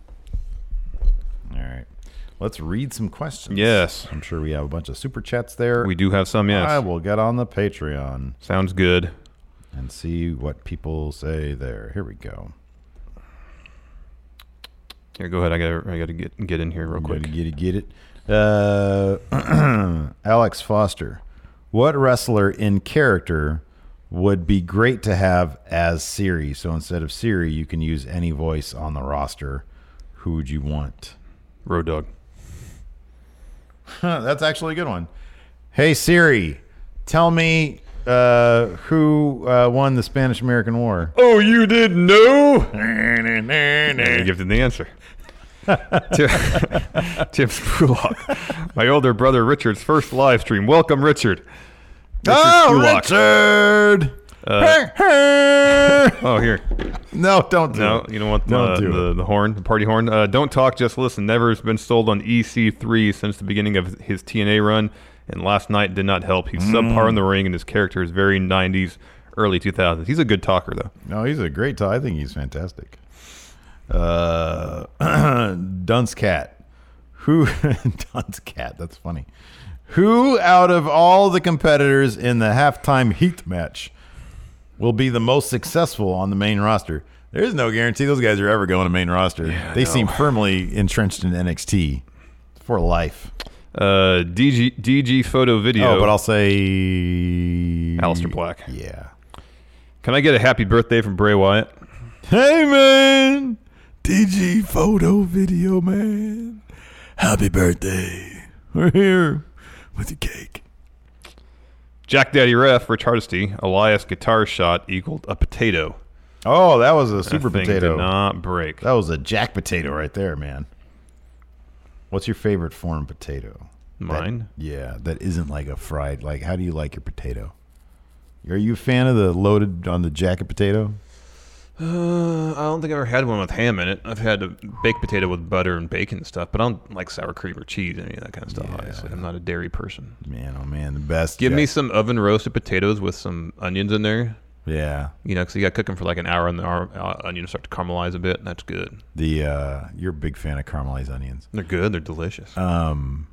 Speaker 4: All right. Let's read some questions.
Speaker 5: Yes.
Speaker 4: I'm sure we have a bunch of super chats there.
Speaker 5: We do have some, yes.
Speaker 4: I will get on the Patreon
Speaker 5: Sounds good.
Speaker 4: and see what people say there. Here we go.
Speaker 5: Here, go ahead. I got I got to get get in here real quick.
Speaker 4: Get it, get it. Uh, Alex Foster. What wrestler in character would be great to have as Siri? So instead of Siri, you can use any voice on the roster. Who would you want?
Speaker 5: Road dog.
Speaker 4: That's actually a good one. Hey Siri, tell me uh, who uh, won the Spanish American War.
Speaker 5: Oh, you didn't know? you gifted the answer. Tim, Tim Sprulock, my older brother Richard's first live stream. Welcome, Richard.
Speaker 4: Oh, Richard!
Speaker 5: Uh, oh, here.
Speaker 4: No, don't do
Speaker 5: no,
Speaker 4: it.
Speaker 5: you don't want the,
Speaker 4: Don't do
Speaker 5: the, the horn, the party horn. Uh, don't talk, just listen. Never has been sold on EC3 since the beginning of his TNA run, and last night did not help. He's
Speaker 4: Mm.
Speaker 5: subpar in the ring, and his character is very 90s, early 2000s. He's a good talker, though.
Speaker 4: No, he's a great tie. I think he's fantastic. Uh, Dunce Cat. Who Dunce Cat? That's funny. Who out of all the competitors in the halftime heat match will be the most successful on the main roster? There is no guarantee those guys are ever going to main roster. they seem firmly entrenched in NXT for life.
Speaker 5: Uh, DG, DG Photo Video.
Speaker 4: Oh, but I'll say
Speaker 5: Alistair Black.
Speaker 4: Yeah.
Speaker 5: Can I get a happy birthday from Bray Wyatt?
Speaker 4: Hey man, DG photo video man. Happy birthday. We're here with your cake.
Speaker 5: Jack Daddy Ref, Rich Hardesty, Elias Guitar Shot equaled a potato.
Speaker 4: Oh, that was a
Speaker 5: That
Speaker 4: super
Speaker 5: thing
Speaker 4: potato.
Speaker 5: Did not break.
Speaker 4: That was a jack potato right there, man. What's your favorite form of potato? That-
Speaker 5: Mine?
Speaker 4: yeah, that isn't like a fried. Like, how do you like your potato? Are you a fan of the loaded on the jacket potato?
Speaker 5: Uh, I don't think I've ever had one with ham in it. I've had a baked potato with butter and bacon and stuff, but I don't like sour cream or cheese any of that kind of stuff. Obviously, I'm not a dairy person.
Speaker 4: Man, oh man, the best.
Speaker 5: Give me
Speaker 4: jack-
Speaker 5: some oven roasted potatoes with some onions in there.
Speaker 4: Yeah.
Speaker 5: You know, because you got to cook them for like an hour, and the ar- uh, onions start to caramelize a bit. And that's good.
Speaker 4: The uh, you're a big fan of caramelized onions.
Speaker 5: They're good. They're delicious.
Speaker 4: Um,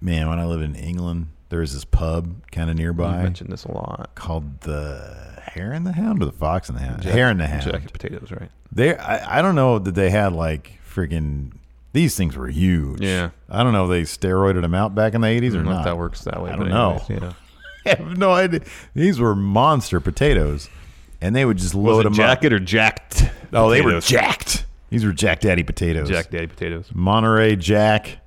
Speaker 4: man, when I lived in England, there was this pub kind of nearby.
Speaker 5: You mentioned this a lot.
Speaker 4: Called the Hare and the Hound or the Fox and the Hound. Hare and the Hound.
Speaker 5: Jacket potatoes, right?
Speaker 4: They, I, I don't know that they had like freaking. These things were huge.
Speaker 5: Yeah.
Speaker 4: I don't know. if They steroided them out back in the eighties or
Speaker 5: don't know if
Speaker 4: not.
Speaker 5: that works that way,
Speaker 4: Uh, I
Speaker 5: but
Speaker 4: don't know.
Speaker 5: anyways, yeah.
Speaker 4: I have no idea. These were monster potatoes, and they would just load
Speaker 5: it
Speaker 4: them up.
Speaker 5: jacket or jacked?
Speaker 4: Oh, they were
Speaker 5: potatoes?
Speaker 4: jacked. These were Jack Daddy potatoes.
Speaker 5: Jack Daddy potatoes.
Speaker 4: Monterey Jack,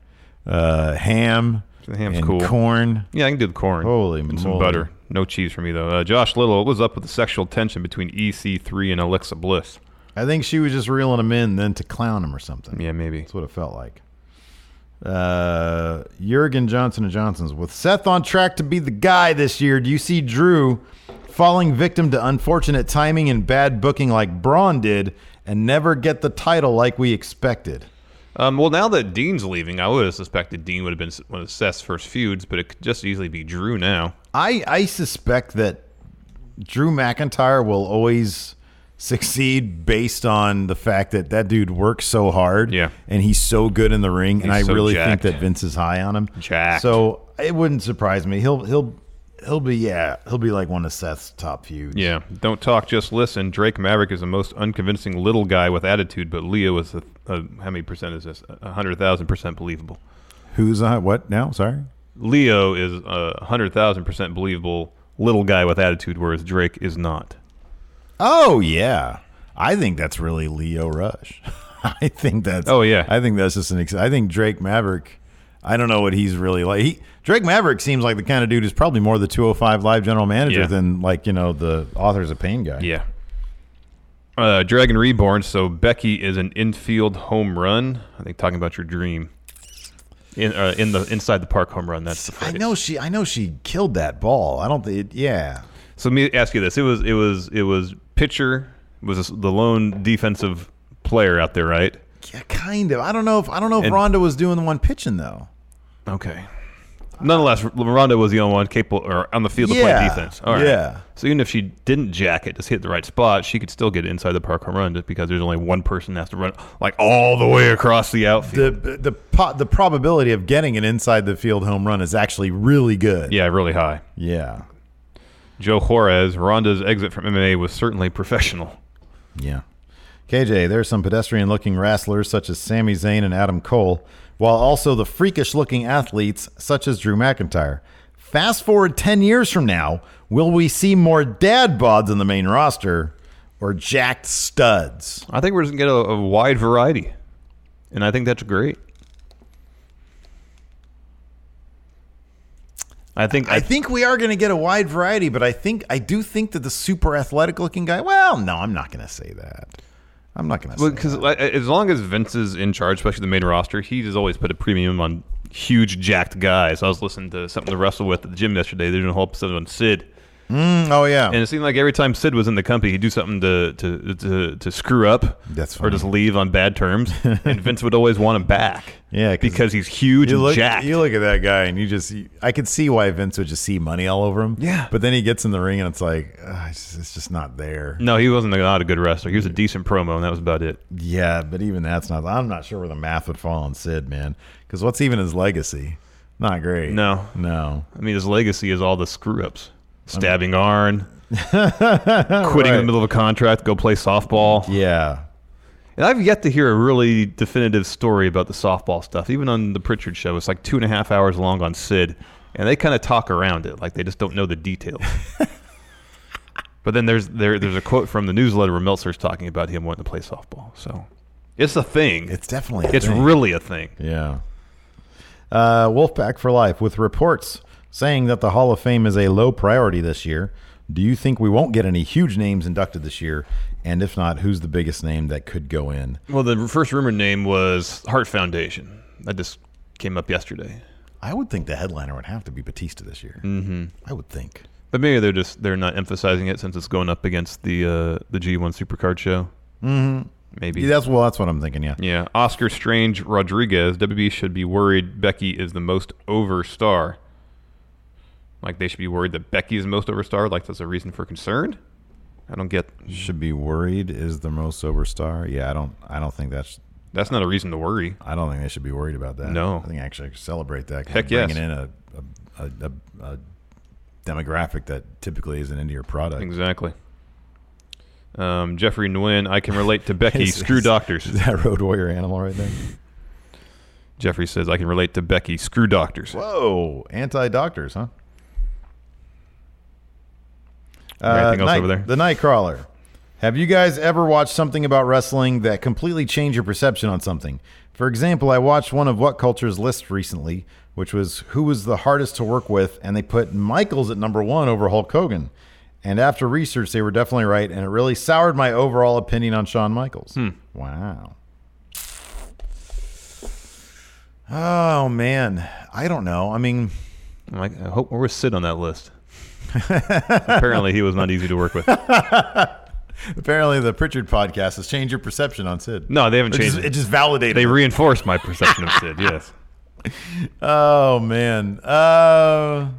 Speaker 4: uh, ham,
Speaker 5: The ham's
Speaker 4: and
Speaker 5: cool.
Speaker 4: corn.
Speaker 5: Yeah, I can do the corn.
Speaker 4: Holy
Speaker 5: and
Speaker 4: moly.
Speaker 5: some butter. No cheese for me though. Uh, Josh Little, what was up with the sexual tension between EC3 and Alexa Bliss?
Speaker 4: I think she was just reeling him in, then to clown him or something.
Speaker 5: Yeah, maybe
Speaker 4: that's what it felt like. Uh, Jurgen Johnson and Johnson's with Seth on track to be the guy this year. Do you see Drew falling victim to unfortunate timing and bad booking like Braun did, and never get the title like we expected?
Speaker 5: Um, well, now that Dean's leaving, I would have suspected Dean would have been one of Seth's first feuds, but it could just easily be Drew now.
Speaker 4: I I suspect that Drew McIntyre will always succeed based on the fact that that dude works so hard. Yeah. And he's so good in the ring and I
Speaker 5: He's so
Speaker 4: really
Speaker 5: jacked.
Speaker 4: think that Vince is high on him. So it wouldn't surprise me. He'll he'll he'll be yeah, he'll be like one of Seth's top few.
Speaker 5: Yeah, don't talk, just listen. Drake Maverick is the most unconvincing little guy with attitude, but Leo is a, a how many percent is this? A hundred thousand percent believable.
Speaker 4: Who's on what now? Sorry.
Speaker 5: Leo is a hundred thousand percent believable little guy with attitude, whereas Drake is not.
Speaker 4: Oh yeah. I think that's really Leo Rush. I think that's
Speaker 5: Oh, yeah.
Speaker 4: I think that's just an ex- I think Drake Maverick I don't know what he's really like. He, Drake Maverick seems like the kind of dude who's probably more the 205 live general manager
Speaker 5: Yeah.
Speaker 4: than like, you know, the authors of pain guy.
Speaker 5: Yeah. Uh, Dragon Reborn. So Becky is an infield home run. I think talking about your dream. In uh, in the inside the park home run. That's the
Speaker 4: I
Speaker 5: phrase.
Speaker 4: know she I know she killed that ball. I don't think it, yeah.
Speaker 5: So let me ask you this: It was it was it was pitcher was the lone defensive player out there, right?
Speaker 4: Yeah, kind of. I don't know if I don't know if
Speaker 5: And-
Speaker 4: Rhonda was doing the one pitching though.
Speaker 5: Okay. Nonetheless, Rondo was the only one capable or on the field to play
Speaker 4: Yeah.
Speaker 5: defense. All right.
Speaker 4: Yeah.
Speaker 5: So even if she didn't jack it, just hit the right spot, she could still get inside the park home run just because there's only one person that has to run like all the way across the outfield.
Speaker 4: The the po- the probability of getting an inside the field home run is actually really good.
Speaker 5: Yeah, really high.
Speaker 4: Yeah.
Speaker 5: Joe Juarez, Ronda's exit from MMA was certainly professional.
Speaker 4: Yeah. KJ, there's some pedestrian looking wrestlers such as Sami Zayn and Adam Cole, while also the freakish looking athletes such as Drew McIntyre. Fast forward 10 years from now, will we see more dad bods on the main roster or jacked studs?
Speaker 5: I think we're just going to get a, a wide variety. and I think that's great. I think
Speaker 4: I think we are going to get a wide variety, but I think I do think that the super athletic looking guy. Well, no, I'm not going to say that. I'm not going to.
Speaker 5: because as long as Vince is in charge, especially the main roster, he has always put a premium on huge jacked guys. I was listening to something to wrestle with at the gym yesterday. They're doing a whole episode on Sid.
Speaker 4: Mm, oh yeah,
Speaker 5: and it seemed like every time Sid was in the company, he'd do something to to to, to screw up,
Speaker 4: That's
Speaker 5: or just leave on bad terms. and Vince would always want him back.
Speaker 4: Yeah,
Speaker 5: because he's huge
Speaker 4: you
Speaker 5: and
Speaker 4: look,
Speaker 5: jacked.
Speaker 4: You look at that guy, and you just. I could see why Vince would just see money all over him.
Speaker 5: Yeah.
Speaker 4: But then he gets in the ring, and it's like ugh, it's, just, it's just not there.
Speaker 5: No, he wasn't not a good wrestler. He was a decent promo, and that was about it.
Speaker 4: Yeah, but even that's not. I'm not sure where the math would fall on Sid, man. Because what's even his legacy? Not great.
Speaker 5: No,
Speaker 4: no.
Speaker 5: I mean, his legacy is all the screw ups, stabbing Arn, quitting in the middle of a contract, go play softball.
Speaker 4: Yeah.
Speaker 5: And I've yet to hear a really definitive story about the softball stuff. Even on the Pritchard show, it's like two and a half hours long on Sid, and they kind of talk around it, like they just don't know the details. but then there's there there's a quote from the newsletter where Meltzer's talking about him wanting to play softball. So it's a thing. It's
Speaker 4: definitely
Speaker 5: it's
Speaker 4: thing.
Speaker 5: really a thing.
Speaker 4: Yeah. Uh, Wolfpack for Life with reports saying that the Hall of Fame is a low priority this year. Do you think we won't get any huge names inducted this year? And if not, who's the biggest name that could go in?
Speaker 5: Well, the first rumored name was Heart Foundation. That just came up yesterday.
Speaker 4: I would think the headliner would have to be Batista this year.
Speaker 5: Mm-hmm.
Speaker 4: I would think.
Speaker 5: But maybe they're just they're not emphasizing it since it's going up against the uh, the G1 Supercard show.
Speaker 4: Mm-hmm.
Speaker 5: Maybe
Speaker 4: Yeah, that's well. That's what I'm thinking. Yeah.
Speaker 5: Yeah, Oscar Strange Rodriguez. WB should be worried Becky is the most over star. Like they should be worried that Becky is the most over star. Like that's a reason for concern. I don't get.
Speaker 4: Should be worried is the most sober star. Yeah, I don't. I don't think that's.
Speaker 5: That's not a reason to worry.
Speaker 4: I don't think they should be worried about that.
Speaker 5: No.
Speaker 4: I think actually I could celebrate that. 'cause
Speaker 5: Heck
Speaker 4: they're
Speaker 5: yes.
Speaker 4: Bringing in a a, a, a a demographic that typically isn't into your product.
Speaker 5: Exactly. Um, Jeffrey Nguyen, I can relate to Becky.
Speaker 4: Is-
Speaker 5: screw
Speaker 4: is-
Speaker 5: doctors.
Speaker 4: Is that Road Warrior Animal right there?
Speaker 5: Jeffrey says I can relate to Becky. Screw doctors.
Speaker 4: Whoa, anti doctors, huh?
Speaker 5: Anything else
Speaker 4: Uh, night,
Speaker 5: over there?
Speaker 4: The Nightcrawler. Have you guys ever watched something about wrestling that completely changed your perception on something? For example, I watched one of What Culture's list recently, which was who was the hardest to work with, and they put Michaels at number one over Hulk Hogan. And after research, they were definitely right, and it really soured my overall opinion on Shawn Michaels.
Speaker 5: Hmm.
Speaker 4: Wow. Oh man, I don't know. I mean,
Speaker 5: I'm like, I hope where was Sid on that list? Apparently, he was not easy to work with.
Speaker 4: Apparently, the Pritchard podcast has changed your perception on Sid.
Speaker 5: No, they haven't
Speaker 4: It
Speaker 5: changed.
Speaker 4: Just, it just validated.
Speaker 5: They
Speaker 4: it.
Speaker 5: reinforced my perception of Sid. Yes.
Speaker 4: oh man. Uh,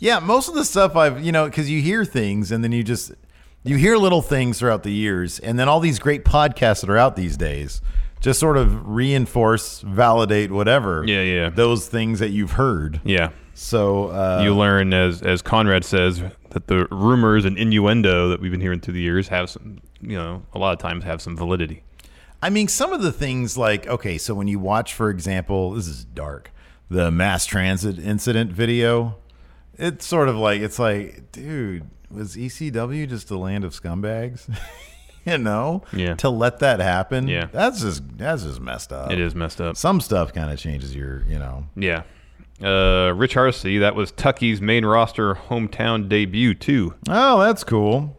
Speaker 4: yeah, most of the stuff I've you know because you hear things and then you just you hear little things throughout the years, and then all these great podcasts that are out these days just sort of reinforce, validate, whatever.
Speaker 5: Yeah, yeah.
Speaker 4: Those things that you've heard.
Speaker 5: Yeah.
Speaker 4: So uh,
Speaker 5: you learn, as as Conrad says, that the rumors and innuendo that we've been hearing through the years have some, you know, a lot of times have some validity.
Speaker 4: I mean, some of the things like okay, so when you watch, for example, this is dark, the mass transit incident video. It's sort of like it's like, dude, was ECW just a land of scumbags? you know,
Speaker 5: Yeah.
Speaker 4: To let that happen,
Speaker 5: Yeah.
Speaker 4: That's just that's just messed up.
Speaker 5: It is messed up.
Speaker 4: Some stuff kind of changes your, you know.
Speaker 5: Yeah. Uh, Rich Harsey, that was Tucky's main roster hometown debut too.
Speaker 4: Oh, that's cool.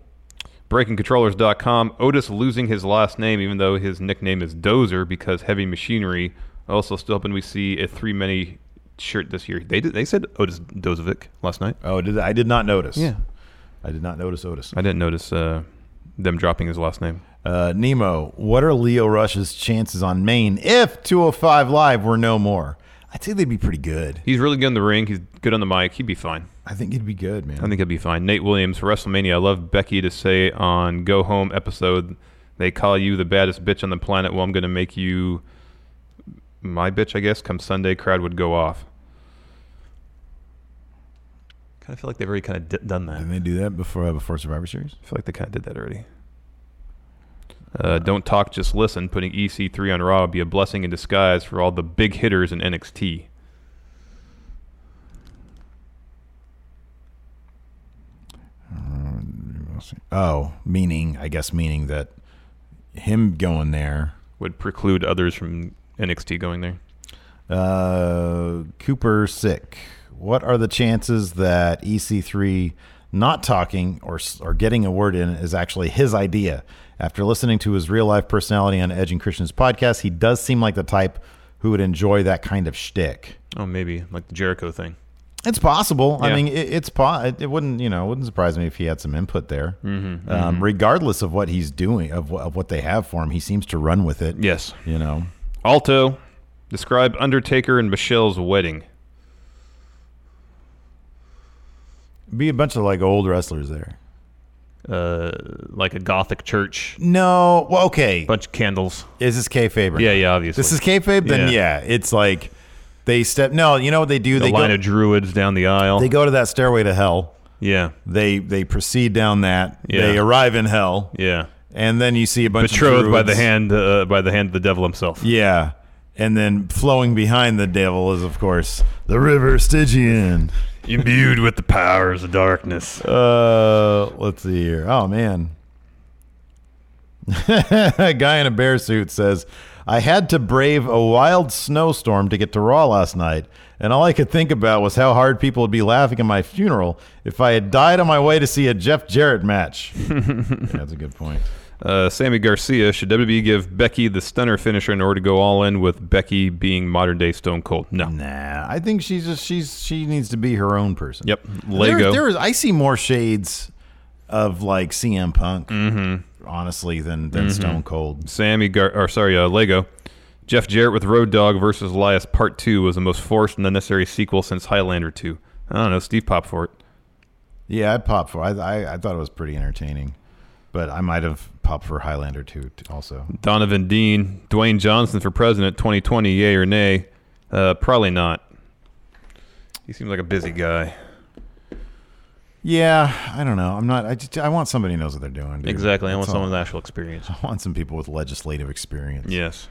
Speaker 5: BreakingControllers.com. Otis losing his last name, even though his nickname is Dozer because heavy machinery. Also, still hoping we see a three many shirt this year. They did, they said Otis Dozovic last night.
Speaker 4: Oh, did I did not notice.
Speaker 5: Yeah.
Speaker 4: I did not notice Otis.
Speaker 5: I didn't notice uh, them dropping his last name.
Speaker 4: Uh, Nemo, what are Leo Rush's chances on Maine if 205 Live were no more? I'd say they'd be pretty good.
Speaker 5: He's really good in the ring. He's good on the mic. He'd be fine.
Speaker 4: I think he'd be good, man.
Speaker 5: I think he'll be fine. Nate Williams for WrestleMania. I love Becky to say on Go Home episode, they call you the baddest bitch on the planet. Well, I'm going to make you my bitch, I guess. Come Sunday, crowd would go off. Kind of feel like they've already kind of d- done that.
Speaker 4: Didn't they do that before uh, before Survivor Series?
Speaker 5: I feel like they kind of did that already. Uh, don't talk, just listen. Putting EC3 on Raw would be a blessing in disguise for all the big hitters in NXT.
Speaker 4: Oh, meaning I guess meaning that him going there
Speaker 5: would preclude others from NXT going there.
Speaker 4: Uh, Cooper sick. What are the chances that EC3 not talking or or getting a word in is actually his idea? After listening to his real life personality on Edge and Christian's podcast, he does seem like the type who would enjoy that kind of shtick.
Speaker 5: Oh, maybe like the Jericho thing.
Speaker 4: It's possible. I
Speaker 5: Yeah.
Speaker 4: mean, it, it's po- it, it wouldn't you know it wouldn't surprise me if he had some input there.
Speaker 5: Mhm,
Speaker 4: um,
Speaker 5: mhm.
Speaker 4: Regardless of what he's doing, of, wh- of what they have for him, he seems to run with it.
Speaker 5: Yes.
Speaker 4: You know.
Speaker 5: Alto, describe Undertaker and Michelle's wedding.
Speaker 4: Be a bunch of like old wrestlers there.
Speaker 5: Uh, like a Gothic church,
Speaker 4: No, well, okay.
Speaker 5: bunch of candles.
Speaker 4: Is this kayfabe? or
Speaker 5: Yeah,
Speaker 4: not?
Speaker 5: yeah, obviously.
Speaker 4: This is kayfabe. Then yeah. it's like they step. No, you know what they do?
Speaker 5: The
Speaker 4: they
Speaker 5: line
Speaker 4: go,
Speaker 5: of druids down the aisle.
Speaker 4: They go to that stairway to hell.
Speaker 5: Yeah.
Speaker 4: They they proceed down that. They
Speaker 5: Yeah.
Speaker 4: arrive in hell.
Speaker 5: Yeah.
Speaker 4: And then you see a bunch
Speaker 5: betrothed
Speaker 4: of
Speaker 5: by the
Speaker 4: druids.
Speaker 5: hand uh, by the hand of the devil himself.
Speaker 4: Yeah. And then flowing behind the devil is of course the river Stygian.
Speaker 5: Imbued with the powers of darkness.
Speaker 4: Uh let's see here. Oh man. a guy in a bear suit says, I had to brave a wild snowstorm to get to Raw last night, and all I could think about was how hard people would be laughing at my funeral if I had died on my way to see a Jeff Jarrett match. that's a good point.
Speaker 5: Uh, Sammy Garcia, should WWE give Becky the stunner finisher in order to go all in with Becky being modern day Stone Cold?
Speaker 4: Mm.
Speaker 5: No.
Speaker 4: Nah, I think she's just she's she needs to be her own person.
Speaker 5: Yep. Lego.
Speaker 4: There, there is, I see more shades of like CM Punk,
Speaker 5: Mm-hmm.
Speaker 4: honestly, than than
Speaker 5: Mhm.
Speaker 4: Stone Cold.
Speaker 5: Sammy Gar- or sorry, uh, Lego. Jeff Jarrett with Road Dog versus Elias Part 2 was the most forced and unnecessary sequel since Highlander 2. I don't know, Steve Pop for it.
Speaker 4: Yeah, I popped for. I, I I thought it was pretty entertaining, but I might have popped for Highlander too. t- Also,
Speaker 5: Donovan Dean, Dwayne Johnson for president 2020, yay or nay? Uh, probably not. He seems like a busy guy.
Speaker 4: yeah, I don't know. I'm not. I just I want somebody who knows what they're doing. dude.
Speaker 5: Exactly. I want
Speaker 4: That's
Speaker 5: someone
Speaker 4: all.
Speaker 5: with actual experience.
Speaker 4: I want some people with legislative experience.
Speaker 5: Yes.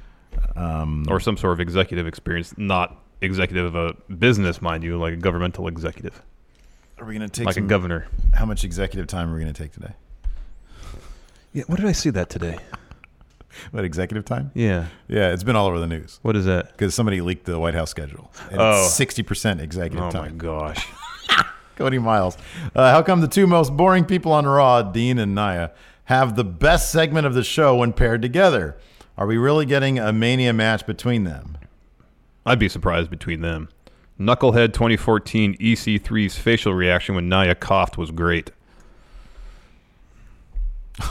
Speaker 4: Um,
Speaker 5: Or some sort of executive experience, not executive of a business, mind you, like a governmental executive.
Speaker 4: Are we gonna take
Speaker 5: like a
Speaker 4: some-
Speaker 5: governor.
Speaker 4: How much executive time are we gonna take today?
Speaker 5: Yeah, what did I see that today?
Speaker 4: What executive time?
Speaker 5: Yeah.
Speaker 4: yeah. It's been all over the news.
Speaker 5: What is that?
Speaker 4: Because somebody leaked the White House schedule. And
Speaker 5: Oh.
Speaker 4: it's sixty percent executive
Speaker 5: Oh my
Speaker 4: time.
Speaker 5: gosh.
Speaker 4: Cody Miles. Uh, how come the two most boring people on Raw, Dean and Naya, have the best segment of the show when paired together? Are we really getting a mania match between them?
Speaker 5: I'd be surprised between them. Knucklehead 2014 EC3's facial reaction when Naya coughed was great.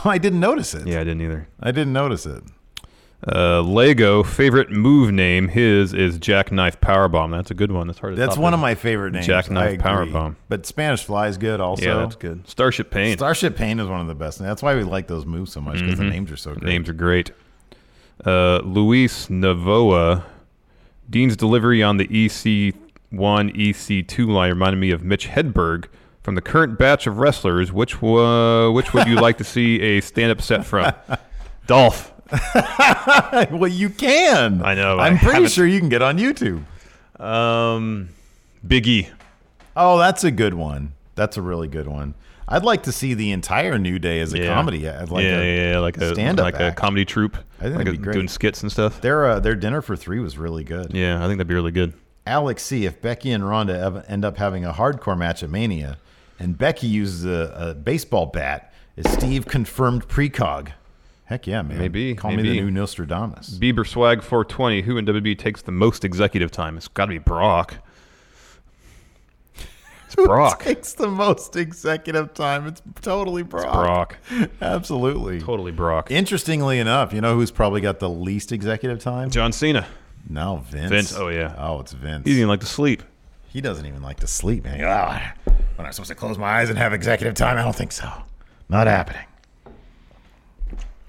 Speaker 4: I didn't notice it.
Speaker 5: Yeah, I didn't either.
Speaker 4: I didn't notice it.
Speaker 5: Uh, Lego favorite move name his is Jackknife Powerbomb. That's a good one. That's hard to.
Speaker 4: That's
Speaker 5: top
Speaker 4: one of my favorite names. I
Speaker 5: Jackknife
Speaker 4: agree.
Speaker 5: Powerbomb.
Speaker 4: But Spanish Fly is good also.
Speaker 5: Yeah, that's good. Starship Pain.
Speaker 4: Starship Pain is one of the best. And that's why we like those moves so much because
Speaker 5: Mhm.
Speaker 4: the names are so great.
Speaker 5: Names are great. Uh, Luis Navoa, Dean's delivery on the E EC1, EC2 E line reminded me of Mitch Hedberg from the current batch of wrestlers. Which wa- which would you like to see a stand-up set from? Dolph.
Speaker 4: well, you can.
Speaker 5: I know.
Speaker 4: I'm
Speaker 5: I
Speaker 4: pretty
Speaker 5: haven't-
Speaker 4: sure you can get on YouTube.
Speaker 5: Um, Biggie.
Speaker 4: Oh, that's a good one. That's a really good one. I'd like to see the entire New Day as a comedy. I'd like
Speaker 5: yeah,
Speaker 4: a
Speaker 5: yeah, yeah, like a
Speaker 4: stand-up
Speaker 5: like
Speaker 4: act.
Speaker 5: a comedy troupe.
Speaker 4: I think
Speaker 5: like
Speaker 4: that'd
Speaker 5: a-
Speaker 4: be great.
Speaker 5: doing skits and stuff.
Speaker 4: Their uh, their dinner for three was really good.
Speaker 5: Yeah, I think that'd be really good.
Speaker 4: Alex C. If Becky and Ronda ev- end up having a hardcore match at Mania, and Becky uses a, a baseball bat, is Steve confirmed precog? Heck yeah, man.
Speaker 5: Maybe,
Speaker 4: Call me
Speaker 5: maybe.
Speaker 4: the new Nostradamus.
Speaker 5: Bieber Swag 420. Who in WB takes the most executive time? It's got to be Brock. It's Brock.
Speaker 4: takes the most executive time. It's totally Brock.
Speaker 5: Brock.
Speaker 4: Absolutely.
Speaker 5: Totally Brock.
Speaker 4: Interestingly enough, you know who's probably got the least executive time?
Speaker 5: John Cena.
Speaker 4: No, Vince.
Speaker 5: Vince. Oh yeah.
Speaker 4: Oh, it's Vince.
Speaker 5: He didn't even like to sleep.
Speaker 4: He doesn't even like to sleep, man. Ah, When I'm supposed to close my eyes and have executive time, I don't think so. Not happening.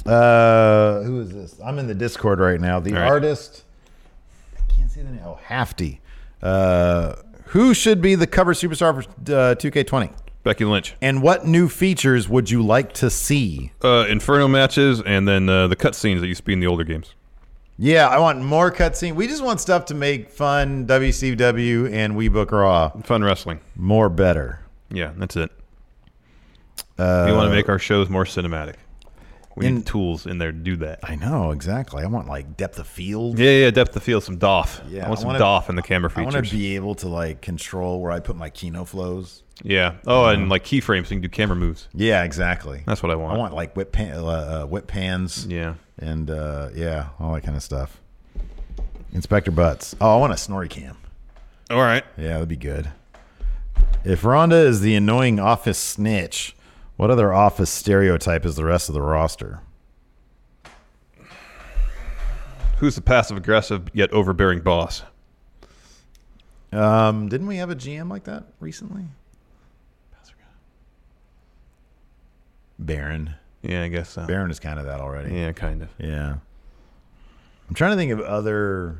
Speaker 4: Uh, who is this? I'm in the Discord right now. The
Speaker 5: All right.
Speaker 4: artist. I can't see the name. Oh, Hafty. Uh, who should be the cover superstar for uh, 2K20?
Speaker 5: Becky Lynch.
Speaker 4: And what new features would you like to see?
Speaker 5: Uh, Inferno matches and then uh, the cutscenes that used to be in the older games.
Speaker 4: Yeah, I want more cutscene. We just want stuff to make fun WCW and We Book Raw.
Speaker 5: Fun wrestling.
Speaker 4: More better.
Speaker 5: Yeah, that's it.
Speaker 4: Uh,
Speaker 5: we want to make our shows more cinematic. We need tools in there to do that.
Speaker 4: I know exactly. I want like depth of field.
Speaker 5: Yeah, yeah, yeah, depth of field, some DOF.
Speaker 4: Yeah,
Speaker 5: I want
Speaker 4: I
Speaker 5: some
Speaker 4: wanna-
Speaker 5: DOF in the camera
Speaker 4: I
Speaker 5: features.
Speaker 4: want to be able to like control where I put my Kino flows.
Speaker 5: yeah. Oh, and like keyframes, so you can do camera moves.
Speaker 4: Yeah, exactly.
Speaker 5: That's what I want.
Speaker 4: I want like whip pan, uh, uh, whip pans.
Speaker 5: Yeah,
Speaker 4: and uh, yeah, all that kind of stuff. Inspector Butts. Oh, I want a snorri cam.
Speaker 5: All right.
Speaker 4: Yeah, that'd be good. If Rhonda is the annoying office snitch, what other office stereotype is the rest of the roster?
Speaker 5: Who's the passive aggressive yet overbearing boss?
Speaker 4: Um, didn't we have a GM like that recently? Baron.
Speaker 5: Yeah, I guess so.
Speaker 4: Baron is kind of that already.
Speaker 5: Yeah, kind of.
Speaker 4: Yeah. I'm trying to think of other.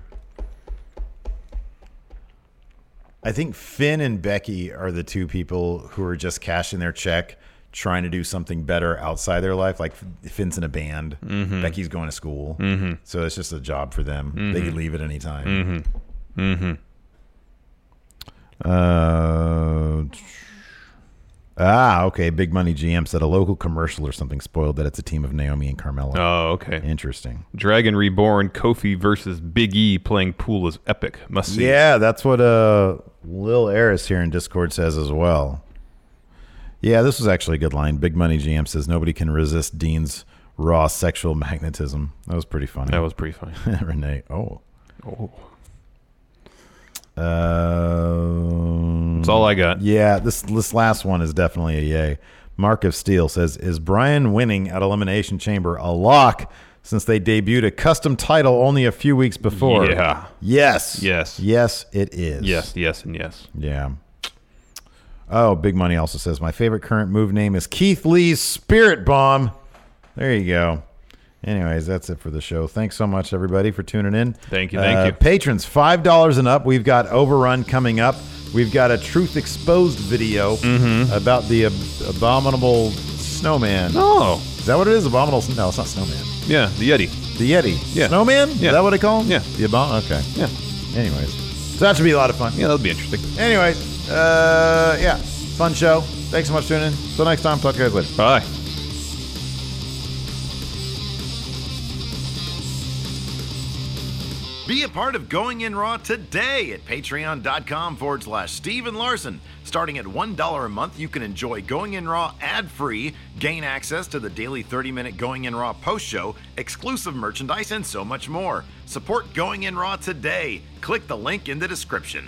Speaker 4: I think Finn and Becky are the two people who are just cashing their check, trying to do something better outside their life. Like Finn's in a band,
Speaker 5: Mhm.
Speaker 4: Becky's going to school,
Speaker 5: Mhm.
Speaker 4: so it's just a job for them. They
Speaker 5: Mhm.
Speaker 4: could leave at any time.
Speaker 5: Mm-hmm. Mm-hmm.
Speaker 4: Uh, ah, okay. Big Money GM said a local commercial or something spoiled that it's a team of Naomi and Carmella.
Speaker 5: Oh, okay.
Speaker 4: Interesting.
Speaker 5: Dragon Reborn, Kofi versus Big E playing pool is epic. Must see.
Speaker 4: Yeah, that's what uh, Lil Eris here in Discord says as well. Yeah, this was actually a good line. Big Money GM says nobody can resist Dean's raw sexual magnetism. That was pretty funny.
Speaker 5: That was pretty funny.
Speaker 4: Renee. Oh.
Speaker 5: Oh.
Speaker 4: Uh,
Speaker 5: That's all I got.
Speaker 4: Yeah, this this last one is definitely a yay. Mark of Steel says, "Is Brian winning at Elimination Chamber a lock since they debuted a custom title only a few weeks before?"
Speaker 5: Yeah.
Speaker 4: Yes.
Speaker 5: Yes.
Speaker 4: Yes, it is.
Speaker 5: Yes, yes, and yes.
Speaker 4: Yeah. Oh, Big Money also says my favorite current move name is Keith Lee's Spirit Bomb. There you go. Anyways, that's it for the show. Thanks so much, everybody, for tuning in. Uh,
Speaker 5: Thank you, thank you.
Speaker 4: Patrons, five dollars and up. We've got Overrun coming up. We've got a Truth Exposed video
Speaker 5: Mm-hmm.
Speaker 4: about the ab- abominable snowman.
Speaker 5: Oh.
Speaker 4: is that what it is? Abominable? sn- No, it's not snowman.
Speaker 5: Yeah, the Yeti.
Speaker 4: The Yeti.
Speaker 5: Yeah.
Speaker 4: Snowman?
Speaker 5: Yeah.
Speaker 4: Is that what it called?
Speaker 5: Yeah.
Speaker 4: The abom. Okay.
Speaker 5: Yeah.
Speaker 4: Anyways, so that should be a lot of fun.
Speaker 5: Yeah, that'll be interesting.
Speaker 4: Anyway, uh, yeah, fun show. Thanks so much for tuning in. Till next time, talk to you guys later.
Speaker 5: Bye.
Speaker 4: Be a part of Going In Raw today at patreon.com forward slash Steven Larson. Starting at $1 a month, you can enjoy Going In Raw ad free, gain access to the daily 30 minute Going In Raw post show, exclusive merchandise, and so much more. Support Going In Raw today. Click the link in the description.